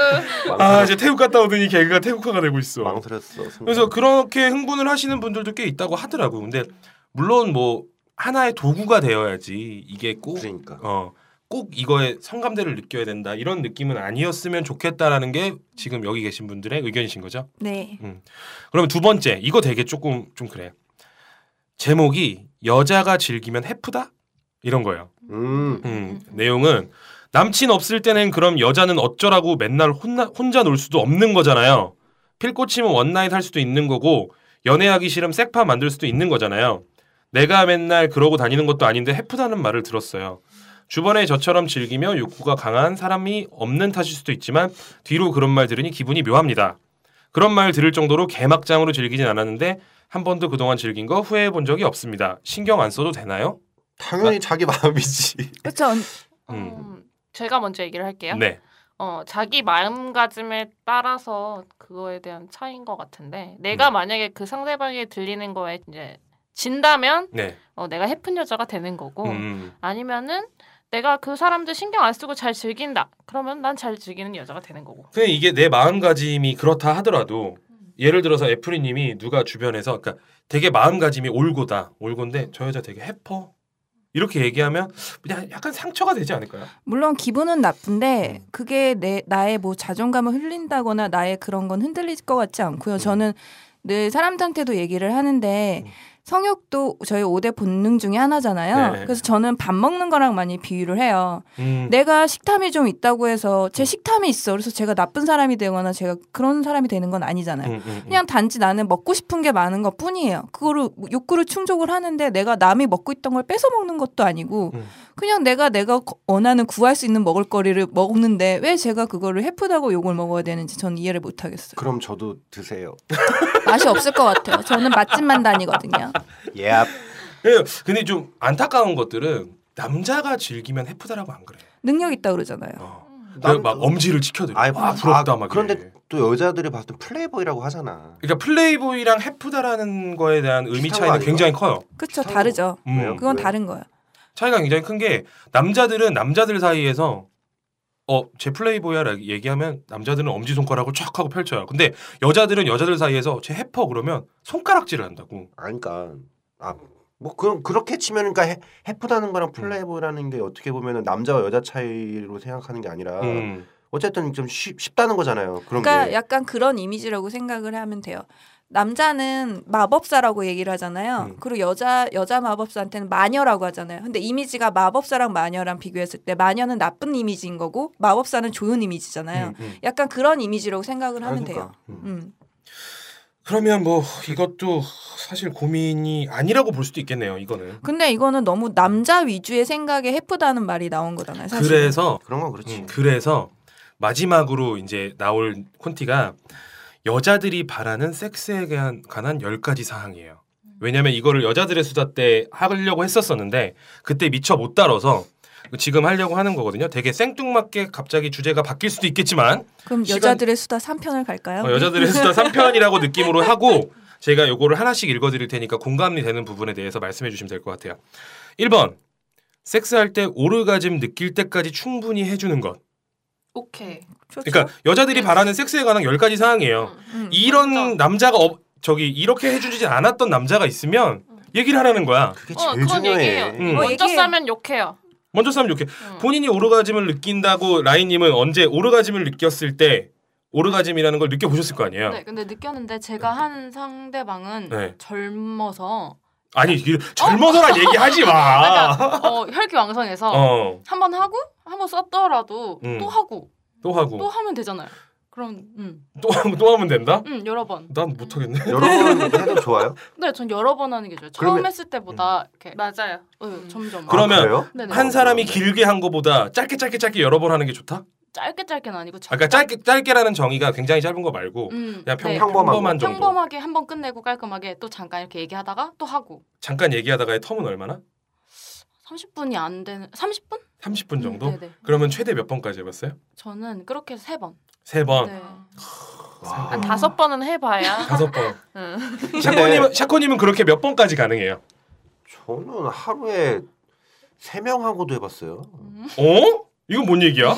[SPEAKER 1] 아 이제 태국 갔다 오더니 개그가 태국화가 되고 있어.
[SPEAKER 9] 망설였어 순간.
[SPEAKER 1] 그래서 그렇게 흥분을 하시는 분들도 꽤 있다고 하더라고요. 근데 물론 뭐 하나의 도구가 되어야지 이게 꼭
[SPEAKER 9] 그러니까
[SPEAKER 1] 어, 꼭 이거에 성감대를 느껴야 된다 이런 느낌은 아니었으면 좋겠다라는 게 지금 여기 계신 분들의 의견이신 거죠.
[SPEAKER 3] 네.
[SPEAKER 1] 그러면 두 번째 이거 되게 조금 좀 그래. 제목이 여자가 즐기면 해프다 이런 거예요.
[SPEAKER 9] 음
[SPEAKER 1] 음, 내용은 남친 없을 때는 그럼 여자는 어쩌라고 맨날 혼나, 혼자 놀 수도 없는 거잖아요. 필꽂히면 원나잇 할 수도 있는 거고 연애하기 싫으면 섹파 만들 수도 있는 거잖아요. 내가 맨날 그러고 다니는 것도 아닌데 해프다는 말을 들었어요. 주변에 저처럼 즐기며 욕구가 강한 사람이 없는 탓일 수도 있지만 뒤로 그런 말 들으니 기분이 묘합니다. 그런 말 들을 정도로 개막장으로 즐기진 않았는데 한 번도 그동안 즐긴 거 후회해 본 적이 없습니다. 신경 안 써도 되나요?
[SPEAKER 2] 당연히 자기 마음이지.
[SPEAKER 3] 그렇죠.
[SPEAKER 1] 음.
[SPEAKER 9] 어.
[SPEAKER 8] 음, 제가 먼저 얘기를 할게요.
[SPEAKER 1] 네.
[SPEAKER 8] 어, 자기 마음가짐에 따라서 그거에 대한 차이인 것 같은데 내가
[SPEAKER 2] 음.
[SPEAKER 8] 만약에 그 상대방이 들리는 거에 이제 진다면
[SPEAKER 1] 네.
[SPEAKER 8] 어, 내가 해픈 여자가 되는
[SPEAKER 3] 어.
[SPEAKER 8] 거고
[SPEAKER 1] 음.
[SPEAKER 8] 아니면은 내가 그 사람들 신경 안 쓰고 잘 즐긴다 그러면 난 잘 즐기는 여자가 되는 거고
[SPEAKER 1] 근데 이게 내 마음가짐이 그렇다 하더라도
[SPEAKER 3] 음.
[SPEAKER 1] 예를 들어서 애프리님이 누가 주변에서 그러니까 되게 마음가짐이 올고다 올고인데 저 여자 되게 해퍼 이렇게 얘기하면 그냥 약간 상처가 되지 않을까요?
[SPEAKER 3] 물론 기분은 나쁜데 그게 내 나의 뭐 자존감을 흘린다거나 나의 그런 건 흔들릴 것 같지 않고요. 저는 늘 사람들한테도 얘기를 하는데
[SPEAKER 1] 음.
[SPEAKER 3] 성욕도 저희 5대 본능 중에 하나잖아요.
[SPEAKER 1] 네.
[SPEAKER 3] 그래서 저는 밥 먹는 거랑 많이 비유를 해요.
[SPEAKER 1] 음.
[SPEAKER 3] 내가 식탐이 좀 있다고 해서 제 식탐이 있어. 그래서 제가 나쁜 사람이 되거나 제가 그런 사람이 되는 건 아니잖아요.
[SPEAKER 1] 음, 음,
[SPEAKER 3] 그냥 단지 나는 먹고 싶은 게 많은 것 뿐이에요. 그거를 욕구를 충족을 하는데 내가 남이 먹고 있던 걸 뺏어 먹는 것도 아니고
[SPEAKER 1] 음.
[SPEAKER 3] 그냥 내가 내가 거- 원하는 구할 수 있는 먹을거리를 먹는데 왜 제가 그거를 해프다고 욕을 먹어야 되는지 저는 이해를 못 하겠어요.
[SPEAKER 2] <laughs> 그럼 저도 드세요.
[SPEAKER 3] 맛이 없을 것 같아요. 저는 맛집만 다니거든요.
[SPEAKER 2] 예. y
[SPEAKER 1] 예, 근데 좀 안타까운 것들은 남자가 즐기면 해프다라고 안 그래요.
[SPEAKER 3] 능력 있다 그러잖아요.
[SPEAKER 1] 내가 네, 막 엄지를 치켜들어.
[SPEAKER 2] 아이,
[SPEAKER 1] 아, 부럽다
[SPEAKER 2] 아,
[SPEAKER 1] 막.
[SPEAKER 2] 그런데
[SPEAKER 1] 이래.
[SPEAKER 2] 또 여자들이 봤을 때 플레이보이라고 하잖아.
[SPEAKER 1] 그러니까 플레이보이랑 해프다라는 거에 대한 의미
[SPEAKER 2] 비슷한
[SPEAKER 1] 차이는
[SPEAKER 2] 거
[SPEAKER 1] 굉장히 커요.
[SPEAKER 3] 그렇죠. 다르죠.
[SPEAKER 1] 음.
[SPEAKER 2] 왜요?
[SPEAKER 3] 그건
[SPEAKER 2] 왜?
[SPEAKER 3] 다른 거예요.
[SPEAKER 1] 차이가 굉장히 큰 게 남자들은 남자들 사이에서 어, 제 플레이보이야 얘기하면 남자들은 엄지 손가락을 쫙 하고 펼쳐요. 근데 여자들은 여자들 사이에서 제 해퍼 그러면 손가락질을 한다고.
[SPEAKER 2] 그러니까, 아니까 아뭐 그럼 그렇게 치면은 그러니까 해- 해프다는 거랑 플레이보이라는 게 어떻게 보면은 남자와 여자 차이로 생각하는 게 아니라
[SPEAKER 1] 음.
[SPEAKER 2] 어쨌든 좀 쉽, 쉽다는 거잖아요. 그런
[SPEAKER 3] 그러니까
[SPEAKER 1] 네.
[SPEAKER 2] 게.
[SPEAKER 3] 약간 그런 이미지라고 생각을 하면 돼요. 남자는 마법사라고 얘기를 하잖아요.
[SPEAKER 1] 음.
[SPEAKER 3] 그리고 여자 여자 마법사한테는 마녀라고 하잖아요. 근데 이미지가 마법사랑 마녀랑 비교했을 때 마녀는 나쁜 이미지인 거고 마법사는 좋은 이미지잖아요.
[SPEAKER 1] 음, 그러니까. 음.
[SPEAKER 3] 약간 그런 이미지라고 생각을 하면
[SPEAKER 2] 그러니까.
[SPEAKER 3] 돼요. 음.
[SPEAKER 1] 그러면 뭐 이것도 사실 고민이 아니라고 볼 수도 있겠네요. 이거는.
[SPEAKER 3] 근데 이거는 너무 남자 위주의 생각에 해프다는 말이 나온 거잖아요. 사실.
[SPEAKER 1] 그래서
[SPEAKER 2] 그런 건 그렇지.
[SPEAKER 1] 음, 그래서 마지막으로 이제 나올 콘티가 여자들이 바라는 섹스에 대한 관한 10가지 사항이에요. 왜냐면 이거를 여자들의 수다 때 하려고 했었었는데 그때 미처 못 따라서 지금 하려고 하는 거거든요. 되게 생뚱맞게 갑자기 주제가 바뀔 수도 있겠지만
[SPEAKER 3] 그럼
[SPEAKER 1] 시간-
[SPEAKER 3] 여자들의 수다 3편을 갈까요?
[SPEAKER 1] 어, 여자들의 수다 3편이라고 느낌으로 하고 제가 요거를 하나씩 읽어드릴 테니까 공감이 되는 부분에 대해서 말씀해 주시면 될 것 같아요. 1번 섹스할 때 오르가즘 느낄 때까지 충분히 해주는 것.
[SPEAKER 8] 오케이.
[SPEAKER 2] 음.
[SPEAKER 3] 좋죠?
[SPEAKER 1] 그러니까 여자들이 바라는 섹스에 관한 10가지 사항이에요.
[SPEAKER 3] 음.
[SPEAKER 1] 이런
[SPEAKER 8] 맞아.
[SPEAKER 1] 남자가 어, 저기 이렇게 해주지 않았던 남자가 있으면 얘기를 하라는 거야.
[SPEAKER 2] 그게
[SPEAKER 8] 어,
[SPEAKER 2] 제일
[SPEAKER 8] 그건
[SPEAKER 2] 중요해.
[SPEAKER 8] 얘기해요.
[SPEAKER 1] 음.
[SPEAKER 3] 어,
[SPEAKER 8] 먼저
[SPEAKER 3] 얘기해요.
[SPEAKER 8] 싸면 욕해요.
[SPEAKER 1] 먼저 싸면 이렇게
[SPEAKER 8] 음.
[SPEAKER 1] 본인이 오르가즘을 느낀다고 라인님은 언제 오르가즘을 느꼈을 때 오르가즘이라는 걸 느껴보셨을 거 아니에요.
[SPEAKER 4] 네, 근데 느꼈는데 제가 한 상대방은
[SPEAKER 1] 어? 네.
[SPEAKER 4] 젊어서
[SPEAKER 1] 아니 이- 젊어서란 얘기하지 마.
[SPEAKER 4] 어, 혈기왕성해서
[SPEAKER 1] 아. 어,
[SPEAKER 4] 한 번 하고 한 번 썼더라도
[SPEAKER 1] 음.
[SPEAKER 4] 또 하고
[SPEAKER 1] 또 하고
[SPEAKER 4] 또 하면 되잖아요. 그럼 음,
[SPEAKER 1] 또 하면 또 하면 된다?
[SPEAKER 4] 음 여러 번.
[SPEAKER 1] 난 못하겠네.
[SPEAKER 2] 음. 여러 번 해도 좋아요.
[SPEAKER 4] 네, 전 여러 번 하는 게 좋아요. 처음
[SPEAKER 2] 그러면-
[SPEAKER 4] 했을 때보다 이렇게
[SPEAKER 8] 맞아요.
[SPEAKER 4] 어, 점점
[SPEAKER 1] 그럼- 그러면
[SPEAKER 2] 아, 그래요?
[SPEAKER 1] <laughs>
[SPEAKER 4] 네네.
[SPEAKER 1] 한 사람이 길게 한 거보다 짧게 짧게 짧게 여러 번 하는 게 좋다?
[SPEAKER 4] 짧게 짧게는 아니고
[SPEAKER 1] 아까 그러니까 짧게 짧게라는 정의가 굉장히 짧은 거 말고
[SPEAKER 4] 음,
[SPEAKER 1] 그냥 평,
[SPEAKER 4] 네.
[SPEAKER 2] 평범한 거.
[SPEAKER 1] 평범한 정도.
[SPEAKER 4] 평범하게 한 번 끝내고 깔끔하게 또 잠깐 이렇게 얘기하다가 또 하고
[SPEAKER 1] 잠깐 얘기하다가의 텀은 얼마나?
[SPEAKER 4] 30분이 안 되는 30분?
[SPEAKER 1] 30분 정도?
[SPEAKER 4] 음, 네네.
[SPEAKER 1] 그러면 최대 몇 번까지 해봤어요?
[SPEAKER 4] 저는 그렇게 세 번.
[SPEAKER 1] 세 번,
[SPEAKER 4] 네.
[SPEAKER 1] 아,
[SPEAKER 8] 한 다섯 번은 해봐야.
[SPEAKER 1] 다섯 번.
[SPEAKER 8] 응.
[SPEAKER 2] 네.
[SPEAKER 1] 샤코님은 샤코님은 그렇게 몇 번까지 가능해요?
[SPEAKER 2] 저는 하루에 세 명 하고도 해봤어요.
[SPEAKER 8] 음.
[SPEAKER 1] 어? 이건 뭔 얘기야?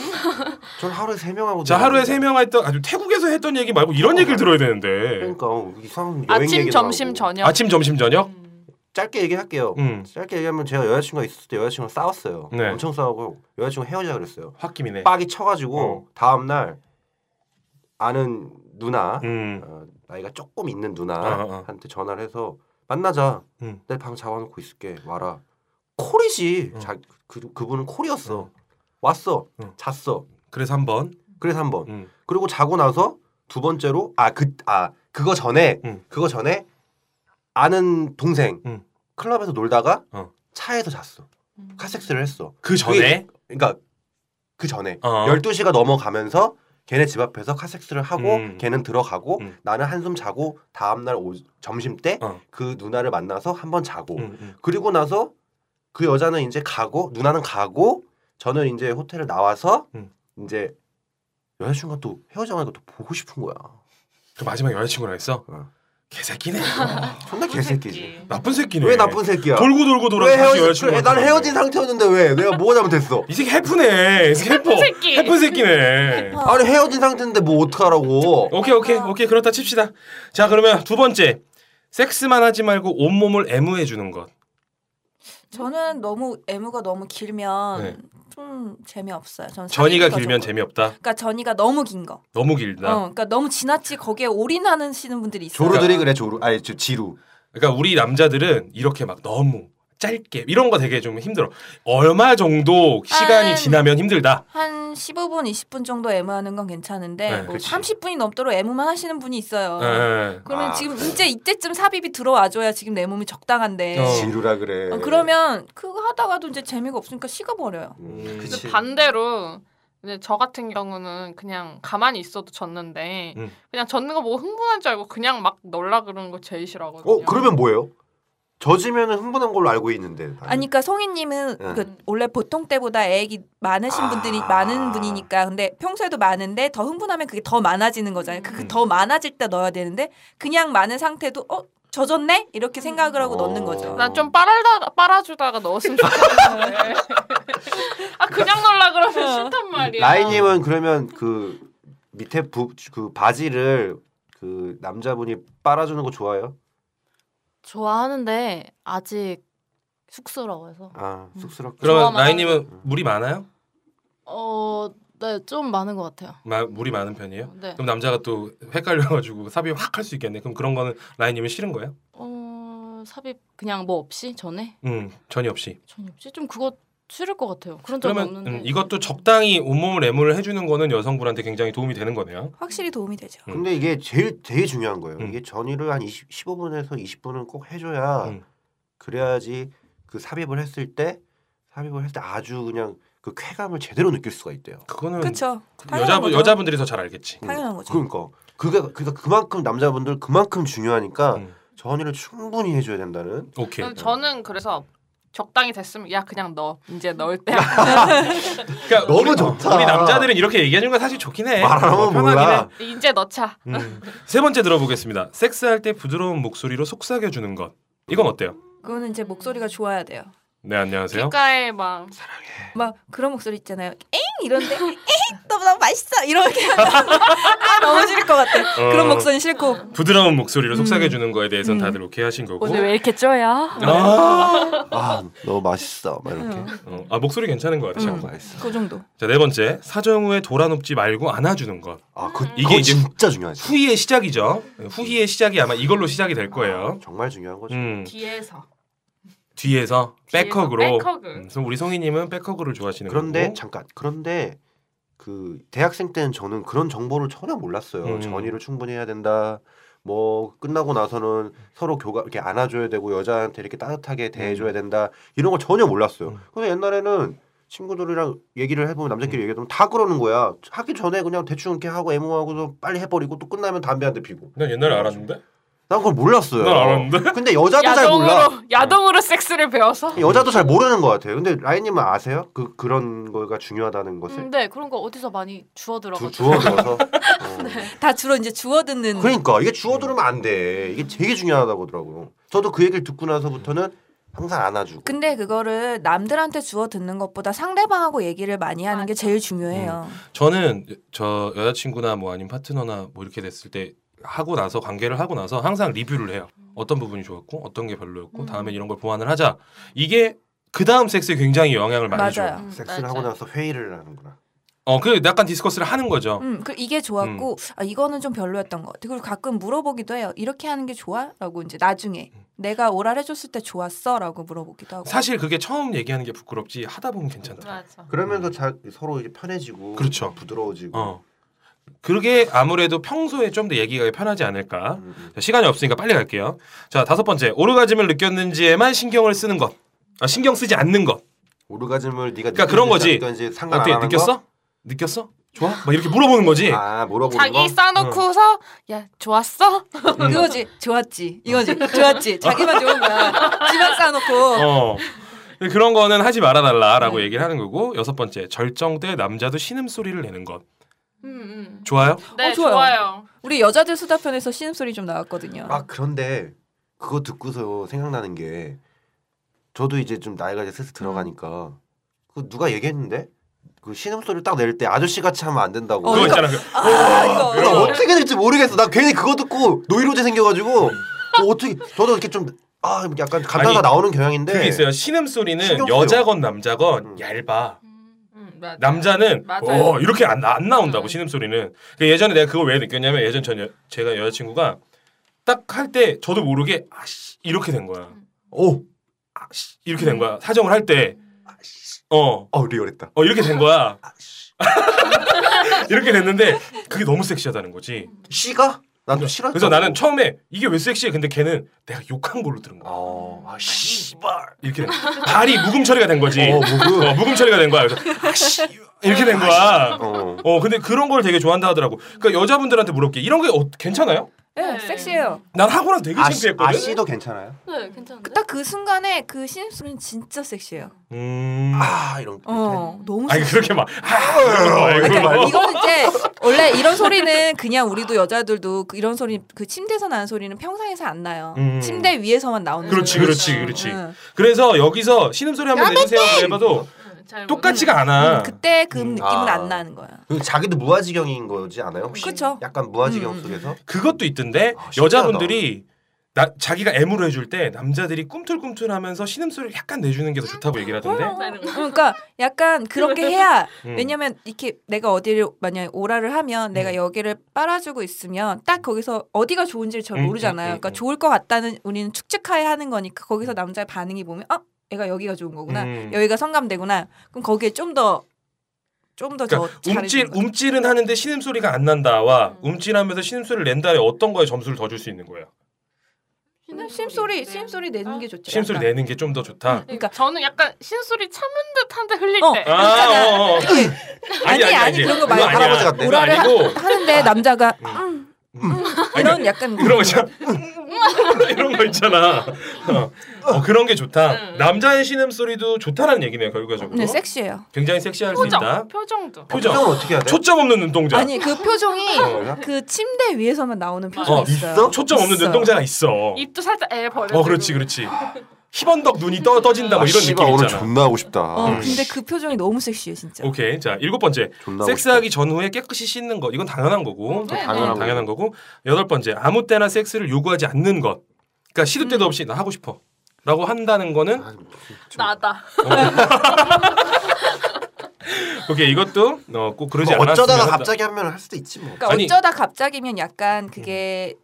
[SPEAKER 2] 전 하루에 세 명 하고도.
[SPEAKER 1] 자 하루에
[SPEAKER 2] 해봤는데.
[SPEAKER 1] 세 명 했던 아주 태국에서 했던 얘기 말고 이런 얘기를 들어야 되는데
[SPEAKER 2] 그러니까 어, 이상한 여행
[SPEAKER 8] 아침,
[SPEAKER 2] 얘기도
[SPEAKER 8] 점심,
[SPEAKER 2] 하고.
[SPEAKER 8] 저녁.
[SPEAKER 1] 아침 점심 저녁.
[SPEAKER 8] 음.
[SPEAKER 2] 짧게 얘기할게요.
[SPEAKER 1] 음,
[SPEAKER 2] 짧게 얘기하면 제가 여자친구가 있을 때 여자친구랑 싸웠어요.
[SPEAKER 1] 네.
[SPEAKER 2] 엄청 싸우고 여자친구 헤어지자 그랬어요.
[SPEAKER 1] 홧김이네.
[SPEAKER 2] 빡이 쳐가지고
[SPEAKER 1] 어.
[SPEAKER 2] 다음 날 아는 누나
[SPEAKER 1] 음,
[SPEAKER 2] 어, 나이가 조금
[SPEAKER 1] 아,
[SPEAKER 2] 있는
[SPEAKER 1] 아.
[SPEAKER 2] 누나한테 전화를 해서 만나자.
[SPEAKER 1] 음.
[SPEAKER 2] 내 방 잡아놓고 있을게. 와라. 콜이지.
[SPEAKER 1] 음.
[SPEAKER 2] 자, 그 그분은 콜이었어. 왔어.
[SPEAKER 1] 음.
[SPEAKER 2] 잤어.
[SPEAKER 1] 그래서 한 번.
[SPEAKER 2] 그래서 한번
[SPEAKER 1] 음.
[SPEAKER 2] 그리고 자고 나서 두 번째로 아 그 아 그거 전에
[SPEAKER 1] 음.
[SPEAKER 2] 그거 전에 아는 동생
[SPEAKER 1] 음.
[SPEAKER 2] 클럽에서 놀다가
[SPEAKER 1] 어.
[SPEAKER 2] 차에서 잤어.
[SPEAKER 4] 음.
[SPEAKER 2] 카섹스를 했어.
[SPEAKER 1] 그 전에
[SPEAKER 2] 그러니까 그 전에
[SPEAKER 1] 어.
[SPEAKER 2] 12시가 넘어가면서 걔네 집 앞에서 카섹스를 하고
[SPEAKER 1] 음.
[SPEAKER 2] 걔는 들어가고
[SPEAKER 1] 음.
[SPEAKER 2] 나는 한숨 자고 다음 날 오- 점심 때 그
[SPEAKER 1] 어.
[SPEAKER 2] 누나를 만나서 한번 자고
[SPEAKER 1] 음, 음.
[SPEAKER 2] 그리고 나서 그 여자는 이제 가고 누나는 가고 저는 이제 호텔을 나와서
[SPEAKER 1] 음.
[SPEAKER 2] 이제 여자친구가 또 헤어져가니까 또 보고 싶은 거야.
[SPEAKER 1] 그 마지막 여자친구랑 했어.
[SPEAKER 2] 어.
[SPEAKER 1] 개새끼네. 어.
[SPEAKER 2] 존나 개새끼지.
[SPEAKER 8] 새끼.
[SPEAKER 1] 나쁜 새끼네.
[SPEAKER 2] 왜 나쁜 새끼야?
[SPEAKER 1] 돌고 돌고 돌아.
[SPEAKER 2] 왜 헤어지? 그래, 난 헤어진 상태였는데 왜? 내가 뭐가 잘못했어?
[SPEAKER 1] 이 새끼 해프네. 이 새끼 해퍼.
[SPEAKER 8] 새끼.
[SPEAKER 1] 해픈 새끼네.
[SPEAKER 2] 아니 헤어진 상태인데 뭐 어떡하라고?
[SPEAKER 1] 오케이 오케이
[SPEAKER 4] 아.
[SPEAKER 1] 오케이 그렇다 칩시다. 자 그러면 두 번째 섹스만 하지 말고 온 몸을 애무해 주는 것.
[SPEAKER 4] 아,
[SPEAKER 3] 저는 너무 애무가 너무 길면
[SPEAKER 1] 네.
[SPEAKER 3] 좀 재미없어요. 저는
[SPEAKER 1] 전이가
[SPEAKER 3] 사귀기가
[SPEAKER 1] 길면
[SPEAKER 3] 좋고.
[SPEAKER 1] 재미없다.
[SPEAKER 3] 그러니까 전이가 너무 긴 거.
[SPEAKER 1] 너무
[SPEAKER 3] 어,
[SPEAKER 1] 길다.
[SPEAKER 3] 그러니까 너무 지나치 거기에 올인하는 시는 분들이 있어요.
[SPEAKER 2] 조루들이 그래 조루. 아니 저 지루.
[SPEAKER 1] 그러니까 우리 남자들은 이렇게 막 너무 짧게 이런 거 되게 좀 힘들어. 얼마 정도 시간이
[SPEAKER 3] 아,
[SPEAKER 1] 지나면 힘들다.
[SPEAKER 3] 한 15분, 20분 정도 애무하는 건 괜찮은데
[SPEAKER 1] 네,
[SPEAKER 3] 뭐
[SPEAKER 1] 그치.
[SPEAKER 3] 30분이 넘도록 애무만 하시는 분이 있어요.
[SPEAKER 1] 예.
[SPEAKER 3] 그러면
[SPEAKER 11] 아,
[SPEAKER 3] 지금 이제 이때쯤 삽입이 들어와줘야 지금 내 몸이 적당한데
[SPEAKER 1] 어.
[SPEAKER 11] 지루라 그래.
[SPEAKER 3] 어, 그러면 그거 하다가도 이제 재미가 없으니까 식어버려요.
[SPEAKER 1] 음,
[SPEAKER 8] 근데
[SPEAKER 11] 그치.
[SPEAKER 8] 반대로 이제 저 같은 경우는 그냥 가만히 있어도 졌는데
[SPEAKER 1] 음.
[SPEAKER 8] 그냥 졌는 거 보고 흥분한 줄 알고 그냥 막 널라 그러는 거 제일 싫어하거든요.
[SPEAKER 11] 어 그러면 뭐예요? 젖으면 흥분한 걸로 알고 있는데. 나는.
[SPEAKER 3] 아니 그러니까 성인님은
[SPEAKER 11] 응.
[SPEAKER 3] 그 원래 보통 때보다 애기 많으신 분들이
[SPEAKER 11] 아.
[SPEAKER 3] 많은 분이니까 근데 평소에도 많은데 더 흥분하면 그게 더 많아지는 거잖아요.
[SPEAKER 1] 음.
[SPEAKER 3] 그 더 많아질 때 넣어야 되는데 그냥 많은 상태도 어 젖었네 이렇게 생각을 하고 넣는 거죠.
[SPEAKER 8] 난 좀 빨아다 빨아주다가 넣었으면 좋겠는데. <laughs> 아 그냥 널라 그러면 싫단 말이야.
[SPEAKER 2] 라이님은 그러면 그 밑에 부, 그 바지를 그 남자분이 빨아주는 거 좋아요?
[SPEAKER 4] 좋아하는데 아직 쑥스러워서.
[SPEAKER 2] 아
[SPEAKER 8] 음.
[SPEAKER 2] 쑥스럽게.
[SPEAKER 1] 그러면
[SPEAKER 4] 좋아만
[SPEAKER 1] 라인님은 물이 많아요?
[SPEAKER 4] 어, 네, 좀 많은 것 같아요.
[SPEAKER 1] 마- 물이 많은 편이에요?
[SPEAKER 4] 네.
[SPEAKER 1] 그럼 남자가 또 헷갈려가지고 삽입 확 할 수 있겠네. 그럼 그런 거는 라인님은 싫은 거예요?
[SPEAKER 4] 어, 삽입 그냥 뭐 없이 전에
[SPEAKER 1] 음 전혀 없이.
[SPEAKER 4] 전혀 없이 좀 그거 싫을 것 같아요. 그런 적
[SPEAKER 1] 그러면
[SPEAKER 4] 없는데.
[SPEAKER 1] 음, 이것도 적당히 온몸을 애무를 해주는 거는 여성분한테 굉장히 도움이 되는 거네요.
[SPEAKER 3] 확실히 도움이 되죠.
[SPEAKER 2] 근데 이게 제일 되게 중요한 거예요.
[SPEAKER 1] 음.
[SPEAKER 2] 이게 전이를 한 20, 15분에서 20분은 꼭 해줘야
[SPEAKER 1] 음.
[SPEAKER 2] 그래야지 그 삽입을 했을 때 삽입을 했을 때 아주 그냥 그 쾌감을 제대로 느낄 수가 있대요.
[SPEAKER 1] 그거는
[SPEAKER 3] 그렇죠.
[SPEAKER 1] 여자분 여자분들이 더 잘 알겠지.
[SPEAKER 3] 당연한 거죠.
[SPEAKER 2] 그러니까 그게 그러니까 그만큼 남자분들 그만큼 중요하니까
[SPEAKER 1] 음.
[SPEAKER 2] 전이를 충분히 해줘야 된다는.
[SPEAKER 1] 오케이.
[SPEAKER 8] 그래서 저는 그래서 적당히 됐으면 야 그냥 넣어 이제 넣을
[SPEAKER 2] <laughs>
[SPEAKER 8] 때
[SPEAKER 1] 그러니까
[SPEAKER 2] 너무
[SPEAKER 1] 우리-
[SPEAKER 2] 좋다.
[SPEAKER 1] 우리 남자들은 이렇게 얘기해주는 건 사실 좋긴 해.
[SPEAKER 2] 말하면
[SPEAKER 1] 네, 뭐 편하긴
[SPEAKER 2] 몰라.
[SPEAKER 8] 이제 넣자
[SPEAKER 1] 해. 음. 세 번째 들어보겠습니다. 섹스할 때 부드러운 목소리로 속삭여 주는 것. 이건 어때요?
[SPEAKER 3] 그거는 이제 목소리가 좋아야 돼요.
[SPEAKER 1] 네 안녕하세요.
[SPEAKER 8] 귓가에 막
[SPEAKER 3] 막 그런 목소리 있잖아요. 엥 <laughs> 이런데 엥 너무 너무 맛있어 이렇게 아 너무 싫을 것 같아.
[SPEAKER 1] 어.
[SPEAKER 3] 그런 목소리 싫고
[SPEAKER 1] 부드러운 목소리로 속삭여 주는 거에 대해서는 다들 오케이 하신 거고.
[SPEAKER 4] 오늘 왜 이렇게 쪄요?
[SPEAKER 2] 아, 아 너무 맛있어. 막 이렇게.
[SPEAKER 1] 어, 아 목소리 괜찮은 것 같아요.
[SPEAKER 2] 맛있어.
[SPEAKER 3] 음. 그 정도.
[SPEAKER 1] 자네 번째 사정 후에 돌아눕지 말고 안아주는 것.
[SPEAKER 2] 아, 그
[SPEAKER 1] 음. 이게 음.
[SPEAKER 2] 이게
[SPEAKER 1] 이제
[SPEAKER 2] 진짜 중요하지.
[SPEAKER 1] 후희의 시작이죠. 후희의 시작이 아마 이걸로 시작이 될 거예요.
[SPEAKER 2] 정말 중요한 거죠.
[SPEAKER 1] 음,
[SPEAKER 8] 뒤에서
[SPEAKER 1] 뒤에서 백허그로.
[SPEAKER 8] 백허그.
[SPEAKER 1] 음, 그래서 우리 성희님은 백허그를 좋아하시는
[SPEAKER 2] 그런데
[SPEAKER 1] 거고.
[SPEAKER 2] 잠깐. 그런데 그 대학생 때는 저는 그런 정보를 전혀 몰랐어요.
[SPEAKER 1] 음.
[SPEAKER 2] 전의를 충분히 해야 된다. 뭐 끝나고 나서는 서로 교감 이렇게 안아줘야 되고 여자한테 이렇게 따뜻하게 대해줘야 된다 이런 걸 전혀 몰랐어요.
[SPEAKER 1] 음.
[SPEAKER 2] 근데 옛날에는 친구들이랑 얘기를 해보면 남자끼리 얘기하면 다 그러는 거야. 하기 전에 그냥 대충 이렇게 하고 애무하고서 빨리 해버리고 또 끝나면 담배 한 대 피고.
[SPEAKER 1] 난 옛날에 알았는데.
[SPEAKER 2] 난 그걸 몰랐어요.
[SPEAKER 1] 난 알았는데.
[SPEAKER 2] 근데 여자도 잘 몰라.
[SPEAKER 8] 야동으로 야동으로 섹스를 배워서
[SPEAKER 2] 여자도 잘 모르는 것 같아요. 근데 라인님은 아세요? 그 그런 거가 중요하다는
[SPEAKER 4] 음,
[SPEAKER 2] 것을
[SPEAKER 4] 네, 그런 거 어디서 많이 주워 들어가지고.
[SPEAKER 2] 주, 주워 들어서.
[SPEAKER 8] <laughs>
[SPEAKER 2] 어.
[SPEAKER 8] 네.
[SPEAKER 3] 다 주로 이제 주워 듣는
[SPEAKER 2] 그러니까 이게 주워 들으면 안 돼. 이게 되게 중요하다고 하더라고요. 저도 그 얘기를 듣고 나서부터는 항상 안아주고.
[SPEAKER 3] 근데 그거를 남들한테 주워 듣는 것보다 상대방하고 얘기를 많이 하는 게 제일 중요해요.
[SPEAKER 1] <laughs> 음. 저는 여- 저 여자친구나 뭐 아니면 파트너나 뭐 이렇게 됐을 때 하고 나서 관계를 하고 나서 항상 리뷰를 해요. 어떤 부분이 좋았고 어떤 게 별로였고 다음엔 이런 걸 보완을 하자. 이게 그 다음 섹스에 굉장히 영향을 많이 줘요.
[SPEAKER 3] 맞아요.
[SPEAKER 8] 음,
[SPEAKER 2] 섹스를
[SPEAKER 8] 맞아.
[SPEAKER 2] 하고 나서 회의를 하는구나.
[SPEAKER 1] 어, 그 약간 디스커스를 하는 거죠.
[SPEAKER 3] 음, 그 이게 좋았고 아, 이거는 좀 별로였던 것 같아. 그리고 가끔 물어보기도 해요. 이렇게 하는 게 좋아?라고 이제 나중에 내가 오랄 해줬을 때 좋았어?라고 물어보기도 하고.
[SPEAKER 1] 음. 사실 그게 처음 얘기하는 게 부끄럽지 하다 보면 괜찮다.
[SPEAKER 8] 맞아
[SPEAKER 2] 그러면서 자, 서로 이제 편해지고
[SPEAKER 1] 음. 그렇죠.
[SPEAKER 2] 부드러워지고.
[SPEAKER 1] 어. 그게 아무래도 평소에 좀 더 얘기가 편하지 않을까.
[SPEAKER 2] 음, 음.
[SPEAKER 1] 자, 시간이 없으니까 빨리 갈게요. 자, 다섯 번째. 오르가즘을 느꼈는지에만 신경을 쓰는 것. 아, 신경 쓰지 않는 것.
[SPEAKER 2] 오르가즘을 네가
[SPEAKER 1] 그러니까 그런 거지.
[SPEAKER 2] 지 상관 안
[SPEAKER 1] 어떻게
[SPEAKER 2] 하는
[SPEAKER 1] 느꼈어? 느꼈어? 좋아? 막 이렇게 물어보는 거지.
[SPEAKER 2] 거? 아 물어보는 거.
[SPEAKER 8] 자기 싸놓고서 야 좋았어
[SPEAKER 3] 음.
[SPEAKER 1] 음.
[SPEAKER 3] 그거지 좋았지 이거지 좋았지 자기만 좋은 거야 집안 쌓아놓고 네.
[SPEAKER 1] 어. 그런 거는 하지 말아달라라고 얘기를 하는 거고 여섯 번째 절정 때 남자도 신음 소리를 내는 것
[SPEAKER 8] 음,
[SPEAKER 1] 좋아요?
[SPEAKER 8] 음. 네
[SPEAKER 3] 어, 좋아요.
[SPEAKER 8] 좋아요,
[SPEAKER 3] 우리 여자들 수다편에서 신음소리 좀 나왔거든요
[SPEAKER 2] 아 그런데 그거 듣고서 생각나는 게 저도 이제 좀 나이가 이제 슬슬
[SPEAKER 1] 음.
[SPEAKER 2] 들어가니까 그 누가 얘기했는데 그 신음 소리를 딱 낼 때 아저씨 같이 하면 안 된다고.
[SPEAKER 1] 그거
[SPEAKER 2] 그러니까
[SPEAKER 1] 있잖아. 그,
[SPEAKER 3] 아, 이거
[SPEAKER 2] 나 어떻게 될지 모르겠어. 나 괜히 그거 듣고 노이로제 생겨가지고 뭐 어떻게 저도 이렇게 좀 아 약간
[SPEAKER 1] 아니,
[SPEAKER 2] 감탄사 나오는 경향인데
[SPEAKER 1] 그게 있어요. 신음 소리는
[SPEAKER 2] 네. 신경 써요.
[SPEAKER 1] 여자건 남자건
[SPEAKER 2] 음.
[SPEAKER 1] 얇아.
[SPEAKER 8] 음, 맞아.
[SPEAKER 1] 남자는
[SPEAKER 8] 맞아요.
[SPEAKER 1] 어, 이렇게 안, 안 나온다고 그
[SPEAKER 8] 음.
[SPEAKER 1] 신음 소리는. 예전에 내가 그걸 왜 느꼈냐면 예전 전 여, 제가 여자친구가 딱 할 때 저도 모르게 아씨 이렇게 된 거야.
[SPEAKER 8] 음.
[SPEAKER 1] 오 아씨 이렇게 된 거야. 사정을 할 때.
[SPEAKER 8] 아,
[SPEAKER 1] 어.
[SPEAKER 9] 어 리얼했다.
[SPEAKER 1] 어 이렇게 된 거야.
[SPEAKER 8] 아,
[SPEAKER 1] 이렇게 됐는데 그게 너무 섹시하다는 거지.
[SPEAKER 8] 음.
[SPEAKER 9] 씨가? 나도 싫어.
[SPEAKER 1] 그래서 나는 처음에 이게 왜 섹시해? 근데 걔는 내가 욕한 걸로 들은 거야.
[SPEAKER 9] 아 씨발.
[SPEAKER 1] 이렇게 된 거야. 발이 묵음 처리가 된 거지.
[SPEAKER 2] 뭐
[SPEAKER 9] 어, 묵음.
[SPEAKER 1] 어, 묵음 처리가 된 거야. 그래서 <laughs> 아씨 이렇게 된 거야.
[SPEAKER 8] 아,
[SPEAKER 9] 어.
[SPEAKER 1] 어 근데 그런 걸 되게 좋아한다 하더라고. 그러니까 여자분들한테 물어볼게. 이런 게 어, 괜찮아요?
[SPEAKER 3] 예, 섹시해요.
[SPEAKER 1] 난 하고 나서 되게 창피했거든.
[SPEAKER 9] 아씨도 괜찮아요?
[SPEAKER 4] 네, 괜찮은데.
[SPEAKER 3] 딱 그 순간에 그 신입 소리는 진짜 섹시해요.
[SPEAKER 1] 음.
[SPEAKER 9] 아 어, 이런.
[SPEAKER 3] 어, 너무
[SPEAKER 1] 네. 아니
[SPEAKER 3] 섹시.
[SPEAKER 1] 그렇게 막 아, 이런 거 말고
[SPEAKER 3] 그러니까
[SPEAKER 1] 말고.
[SPEAKER 3] 이거는 이제 원래 이런 소리는 그냥 우리도 여자들도 그 이런 소리 그 침대에서 나는 소리는 평상에서 안 나요.
[SPEAKER 1] 음.
[SPEAKER 3] 침대 위에서만 나오는.
[SPEAKER 1] 그렇지
[SPEAKER 3] 소리.
[SPEAKER 1] 그렇지 그렇지.
[SPEAKER 3] 응.
[SPEAKER 1] 그래서 여기서 신음소리 한번 내주세요.
[SPEAKER 9] 어,
[SPEAKER 1] 해봐도
[SPEAKER 8] 잘
[SPEAKER 1] 똑같지가 않아.
[SPEAKER 3] 음, 그때 그 느낌은
[SPEAKER 9] 아.
[SPEAKER 3] 안 나는 거야.
[SPEAKER 9] 그리고 자기도 무아지경인 거지 않아요? 혹시?
[SPEAKER 3] 그쵸.
[SPEAKER 9] 약간 무아지경
[SPEAKER 3] 음, 음.
[SPEAKER 9] 속에서.
[SPEAKER 1] 그것도 있던데
[SPEAKER 9] 아, 신기하다.
[SPEAKER 1] 여자분들이 나, 자기가 애무를 해줄 때 남자들이 꿈틀꿈틀하면서 신음소리를 약간 내주는 게 더 좋다고 얘기를 하던데.
[SPEAKER 3] 어, 그러니까 약간 그렇게 해야
[SPEAKER 1] 음.
[SPEAKER 3] 왜냐면 이렇게 내가 어디를 만약에 오라를 하면 내가 여기를 빨아주고 있으면 딱 거기서 어디가 좋은지를 잘
[SPEAKER 1] 음,
[SPEAKER 3] 모르잖아요.
[SPEAKER 1] 음, 음,
[SPEAKER 3] 그러니까
[SPEAKER 1] 음.
[SPEAKER 3] 좋을 것 같다는 우리는 축측하에 하는 거니까 거기서 남자의 반응이 보면 어 얘가 여기가 좋은 거구나.
[SPEAKER 1] 음.
[SPEAKER 3] 여기가 성감되구나. 그럼 거기에 좀 더 좀 더 저
[SPEAKER 1] 그러니까 움찔 움찔은 하는데 신음소리가 안 난다와 움찔하면서 신음소리를 낸다에 어떤 거에 점수를 더 줄 수 있는 거예요?
[SPEAKER 3] 심소리 심소리 내는 게 좋죠.
[SPEAKER 1] 신음소리
[SPEAKER 3] 약간.
[SPEAKER 1] 내는 게 좀 더 좋다.
[SPEAKER 3] 그러니까
[SPEAKER 8] 저는 약간 신소리 참은 듯한데 흘릴
[SPEAKER 3] 어.
[SPEAKER 8] 때.
[SPEAKER 1] 아, 어, 어.
[SPEAKER 3] 아니, 아니, 그런 거
[SPEAKER 1] 그거
[SPEAKER 3] 말고
[SPEAKER 1] 아니야.
[SPEAKER 9] 할아버지 같네.
[SPEAKER 1] 그거 아니고
[SPEAKER 3] <laughs> 하는데 남자가 음,
[SPEAKER 1] 아니, 그러니까
[SPEAKER 3] 이런 약간
[SPEAKER 1] 그런 거
[SPEAKER 3] <laughs>
[SPEAKER 1] 있잖아. 이런 거 있잖아. 어, 어, 그런 게 좋다. 남자의 신음 소리도 좋다라는 얘기네요. 결과적으로.
[SPEAKER 3] 네 섹시해요.
[SPEAKER 1] 굉장히 섹시할 수 있다.
[SPEAKER 8] 표정, 표정도.
[SPEAKER 1] 표정.
[SPEAKER 9] 표정은 어떻게 해야 돼?
[SPEAKER 1] 초점 없는 눈동자. 아,
[SPEAKER 3] 아니 그 표정이
[SPEAKER 9] 어.
[SPEAKER 3] 그 침대 위에서만 나오는 표정이 있어요.
[SPEAKER 1] 초점 없는
[SPEAKER 3] 있어요.
[SPEAKER 1] 눈동자가 있어.
[SPEAKER 8] 입도 살짝 애 버려.
[SPEAKER 1] 어, 그렇지, 그렇지. 희번덕 눈이 떠 떠진다 뭐 이런
[SPEAKER 9] 씨발,
[SPEAKER 1] 느낌
[SPEAKER 9] 오늘
[SPEAKER 1] 있잖아.
[SPEAKER 9] 존나 하고 싶다.
[SPEAKER 3] 어, 근데 그 표정이 너무 섹시해 진짜.
[SPEAKER 1] 음. 오케이. 자, 일곱 번째.
[SPEAKER 9] 존나
[SPEAKER 1] 섹스하기 전후에 깨끗이 씻는 것. 이건 당연한 거고.
[SPEAKER 8] 네,
[SPEAKER 9] 당연한
[SPEAKER 1] 음, 당연한 거고. 여덟 번째. 아무 때나 섹스를 요구하지 않는 것. 그러니까 시도
[SPEAKER 3] 음.
[SPEAKER 1] 때도 없이 나 하고 싶어. 라고 한다는 거는
[SPEAKER 9] <laughs>
[SPEAKER 4] 나다.
[SPEAKER 1] <laughs> 오케이 이것도 어, 꼭 그러지
[SPEAKER 9] 뭐
[SPEAKER 1] 않았으면
[SPEAKER 9] 어쩌다가
[SPEAKER 1] 한다.
[SPEAKER 9] 갑자기 하면 할 수도 있지 뭐.
[SPEAKER 3] 그러니까
[SPEAKER 1] 아니- 음.
[SPEAKER 3] 어쩌다 갑자기면 약간 그게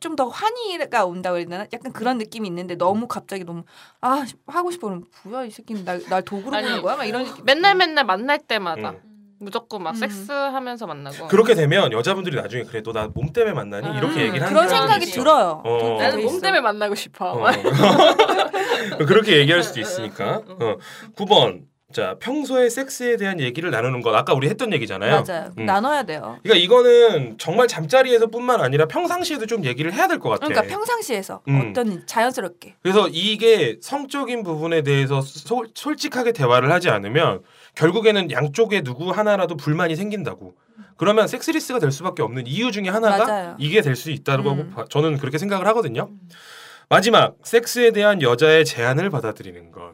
[SPEAKER 3] 좀 더 환희가 온다 그랬나? 약간 그런 느낌이 있는데
[SPEAKER 1] 음.
[SPEAKER 3] 너무 갑자기 너무 아 하고 싶어 그럼 뭐야 이 새끼는 날, 날 도구로
[SPEAKER 8] 아니,
[SPEAKER 3] 보는 거야? 막 이런 느낌.
[SPEAKER 8] 맨날 맨날 만날 때마다
[SPEAKER 1] 음.
[SPEAKER 8] 무조건 막
[SPEAKER 3] 음.
[SPEAKER 8] 섹스하면서 만나고.
[SPEAKER 1] 그렇게 되면 여자분들이 나중에 그래 너 나 몸 때문에 만나니
[SPEAKER 8] 음,
[SPEAKER 1] 이렇게 얘기를 하는
[SPEAKER 3] 아, 그런
[SPEAKER 1] 사람이
[SPEAKER 3] 생각이
[SPEAKER 1] 있어.
[SPEAKER 3] 들어요.
[SPEAKER 1] 어.
[SPEAKER 3] 그렇게
[SPEAKER 1] 나는
[SPEAKER 3] 돼 있어요.
[SPEAKER 4] 만나고 싶어.
[SPEAKER 1] 어. <laughs> 그렇게 얘기할 수도
[SPEAKER 3] 음,
[SPEAKER 1] 있으니까. 어. 9번. 자, 평소에 섹스에 대한 얘기를 나누는 것. 아까 우리 했던 얘기잖아요.
[SPEAKER 3] 맞아요.
[SPEAKER 1] 음.
[SPEAKER 3] 나눠야 돼요.
[SPEAKER 1] 그러니까 이거는 정말 잠자리에서뿐만 아니라 평상시에도 좀 얘기를 해야 될 것 같아.
[SPEAKER 3] 그러니까 평상시에서
[SPEAKER 1] 음.
[SPEAKER 3] 어떤 자연스럽게
[SPEAKER 1] 그래서 이게 성적인 부분에 대해서 소- 솔직하게 대화를 하지 않으면 결국에는 양쪽에 누구 하나라도 불만이 생긴다고. 그러면 섹스리스가 될 수밖에 없는 이유 중에 하나가
[SPEAKER 3] 맞아요.
[SPEAKER 1] 이게 될 수 있다고
[SPEAKER 3] 음.
[SPEAKER 1] 봐- 저는 그렇게 생각을 하거든요. 마지막 섹스에 대한 여자의 제안을 받아들이는 건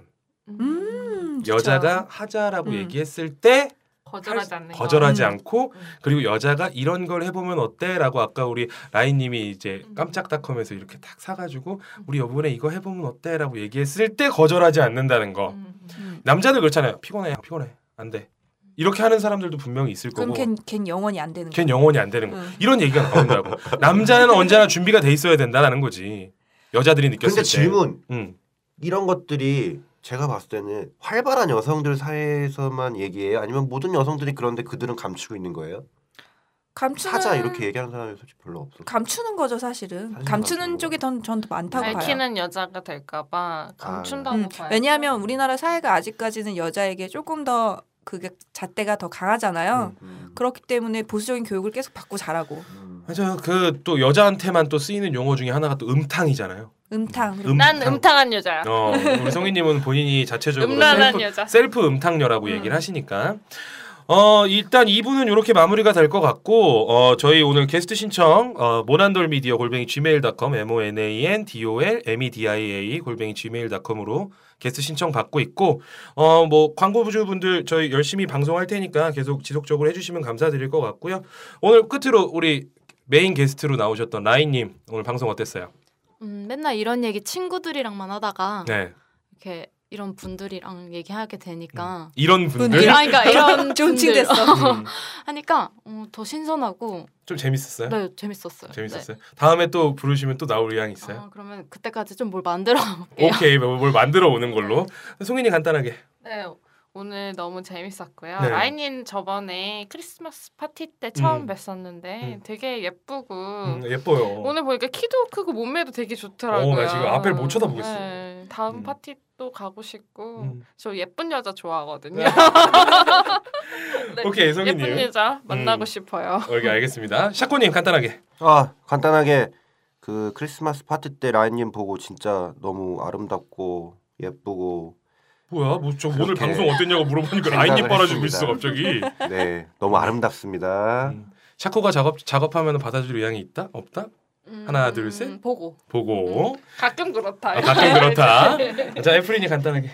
[SPEAKER 3] 음, 좋죠.
[SPEAKER 1] 여자가 하자라고
[SPEAKER 3] 음.
[SPEAKER 1] 얘기했을 때
[SPEAKER 8] 거절하지 않는 거.
[SPEAKER 1] 거절하지
[SPEAKER 3] 음.
[SPEAKER 1] 않고 그리고 여자가 이런 걸 해보면 어때라고 아까 우리 라인님이 이제
[SPEAKER 3] 음.
[SPEAKER 1] 깜짝닷컴에서 이렇게 탁 사가지고 우리 여번에 이거 해보면 어때라고 얘기했을 때 거절하지 않는다는 거
[SPEAKER 8] 음.
[SPEAKER 1] 남자들 그렇잖아요 피곤해 피곤해 안돼 이렇게 하는 사람들도 분명히 있을
[SPEAKER 3] 그럼
[SPEAKER 1] 거고
[SPEAKER 3] 걘, 걘 영원히 안 되는 거야.
[SPEAKER 1] 걘 영원히 안 되는 거
[SPEAKER 3] 음.
[SPEAKER 1] 이런 얘기가 나온다고
[SPEAKER 3] <laughs>
[SPEAKER 1] 남자는 언제나 준비가 돼 있어야 된다라는 거지 여자들이 느꼈을
[SPEAKER 9] 근데
[SPEAKER 1] 때
[SPEAKER 9] 질문
[SPEAKER 1] 음.
[SPEAKER 9] 이런 것들이 제가 봤을 때는 활발한 여성들 사이에서만 얘기해요. 아니면 모든 여성들이 그런데 그들은 감추고 있는 거예요.
[SPEAKER 3] 감추는
[SPEAKER 9] 사자 이렇게 얘기하는 사람이 솔직히 별로 없어.
[SPEAKER 3] 감추는 거죠 사실은.
[SPEAKER 9] 사실은
[SPEAKER 3] 감추는
[SPEAKER 9] 맞죠.
[SPEAKER 3] 쪽이 전전더 많다고
[SPEAKER 1] 아.
[SPEAKER 3] 봐요.
[SPEAKER 8] 밝히는 여자가 될까봐 감춘다고
[SPEAKER 3] 음,
[SPEAKER 8] 봐요.
[SPEAKER 3] 왜냐하면 우리나라 사회가 아직까지는 여자에게 조금 더 그게 잣대가 더 강하잖아요.
[SPEAKER 9] 음.
[SPEAKER 3] 어. 그렇기 때문에 보수적인 교육을 계속 받고 자라고
[SPEAKER 9] 음.
[SPEAKER 1] 맞아요 그 또 여자한테만 또 쓰이는 용어 중에 하나가 또 음탕이잖아요
[SPEAKER 3] 음탕 그리고
[SPEAKER 1] 음.
[SPEAKER 8] 난 음탕한 여자야.
[SPEAKER 1] 어, 우리 성희님은 본인이 자체적으로
[SPEAKER 8] 음란한
[SPEAKER 1] 셀프,
[SPEAKER 8] 여자.
[SPEAKER 1] 셀프 음탕녀라고 얘기를 하시니까. 어 일단 2부는 이렇게 마무리가 될 것 같고 어 저희 오늘 게스트 신청 어 모난돌 미디어 골뱅이 gmail.com m o n a n d o l m e d i a 골뱅이 gmail.com으로 게스트 신청 받고 있고 어 뭐 광고주 분들 저희 열심히 방송할 테니까 계속 지속적으로 해주시면 감사드릴 것 같고요 오늘 끝으로 우리 메인 게스트로 나오셨던 라인님 오늘 방송 어땠어요?
[SPEAKER 8] 아.
[SPEAKER 4] 음, 맨날 이런 얘기 친구들이랑만 하다가
[SPEAKER 1] 네.
[SPEAKER 4] 이렇게 이런 분들이랑 얘기하게 되니까
[SPEAKER 1] 이런 분들?
[SPEAKER 4] 이런- 아니, 그러니까
[SPEAKER 3] <laughs>
[SPEAKER 4] 이런
[SPEAKER 3] 음. 존칭됐어.
[SPEAKER 4] 분들.
[SPEAKER 1] 음.
[SPEAKER 4] 하니까 어, 더 신선하고
[SPEAKER 1] 좀 재밌었어요?
[SPEAKER 4] 네 재밌었어요.
[SPEAKER 1] 재밌었어요. 다음에 또 부르시면 또 나올 의향
[SPEAKER 4] 네.
[SPEAKER 1] 있어요?
[SPEAKER 4] 아, 그러면 그때까지 좀 뭘 만들어
[SPEAKER 8] 아, 예.
[SPEAKER 4] 볼게요.
[SPEAKER 1] 오케이, 뭐, 뭘 만들어 오는 걸로. 송인이 간단하게.
[SPEAKER 8] 네, 오늘 너무 재밌었고요.
[SPEAKER 1] 네.
[SPEAKER 8] 라인님 저번에 크리스마스 파티 때 처음
[SPEAKER 1] 음.
[SPEAKER 8] 뵀었는데
[SPEAKER 1] 음.
[SPEAKER 8] 되게 예쁘고
[SPEAKER 1] 음, 예뻐요.
[SPEAKER 8] 어. 오늘 보니까 키도 크고 몸매도 되게 좋더라고요.
[SPEAKER 1] 어, 나 지금 앞을 못 쳐다보고 있어.
[SPEAKER 8] 네, 다음
[SPEAKER 1] 음.
[SPEAKER 8] 파티 또 가고 싶고
[SPEAKER 1] 음.
[SPEAKER 8] 저 예쁜 여자 좋아하거든요. 뭐. <laughs> 네,
[SPEAKER 1] 오케이, 송이님.
[SPEAKER 8] 예쁜 여자 만나고
[SPEAKER 1] 음.
[SPEAKER 8] 싶어요.
[SPEAKER 1] 오케이, 알겠습니다. 샤코님 간단하게.
[SPEAKER 9] 아 간단하게 그 크리스마스 파티 때 라인님 보고 진짜 너무 아름답고 예쁘고
[SPEAKER 1] 뭐야, 뭐 저 오늘
[SPEAKER 9] 그렇게
[SPEAKER 1] 방송 어땠냐고 물어보니까 라인님
[SPEAKER 9] 생각을
[SPEAKER 1] 빨아주고
[SPEAKER 9] 했습니다.
[SPEAKER 1] 있어 갑자기.
[SPEAKER 9] 네 너무 아름답습니다.
[SPEAKER 1] 샤코가 작업 작업하면 받아줄 의향이 있다? 없다?
[SPEAKER 4] 음,
[SPEAKER 1] 하나, 둘, 셋.
[SPEAKER 4] 보고
[SPEAKER 1] 보고.
[SPEAKER 8] 가끔 네, 그렇다.
[SPEAKER 1] 아, 가끔
[SPEAKER 8] <laughs> 음.
[SPEAKER 1] 그렇다. 자, 애플린이 간단하게.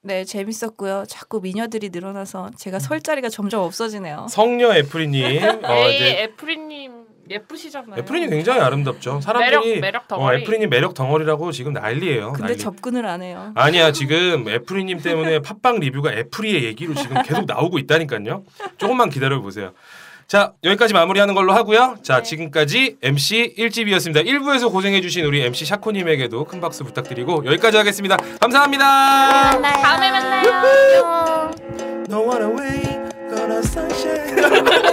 [SPEAKER 3] 네 재밌었고요. 자꾸 미녀들이 늘어나서 제가 설 자리가 점점 없어지네요.
[SPEAKER 1] 성녀
[SPEAKER 8] <laughs>
[SPEAKER 1] 애플린님. 어,
[SPEAKER 8] 에이
[SPEAKER 1] 이제
[SPEAKER 8] 애프리님 예쁘시잖아요.
[SPEAKER 1] 애플린이 굉장히 아름답죠. 사람들이
[SPEAKER 8] 매력 매력
[SPEAKER 1] 어,
[SPEAKER 8] 덩어리.
[SPEAKER 1] 애플린이 매력 덩어리라고 지금 난리예요.
[SPEAKER 3] 근데
[SPEAKER 1] 난리.
[SPEAKER 3] 접근을 안 해요.
[SPEAKER 1] 아니야 지금 애플이님 때문에 팟빵 리뷰가 애플이의 얘기로 지금 계속 나오고 있다니까요. 조금만 기다려 보세요. 자 여기까지 마무리하는 걸로 하고요. 자 지금까지 MC 1집이었습니다. 1부에서 고생해주신 우리 MC 샤코님에게도 큰 박수 부탁드리고 여기까지 하겠습니다. 감사합니다.
[SPEAKER 8] 다음에 만나요. 안녕.
[SPEAKER 1] Don't wanna wait, gonna sunshine.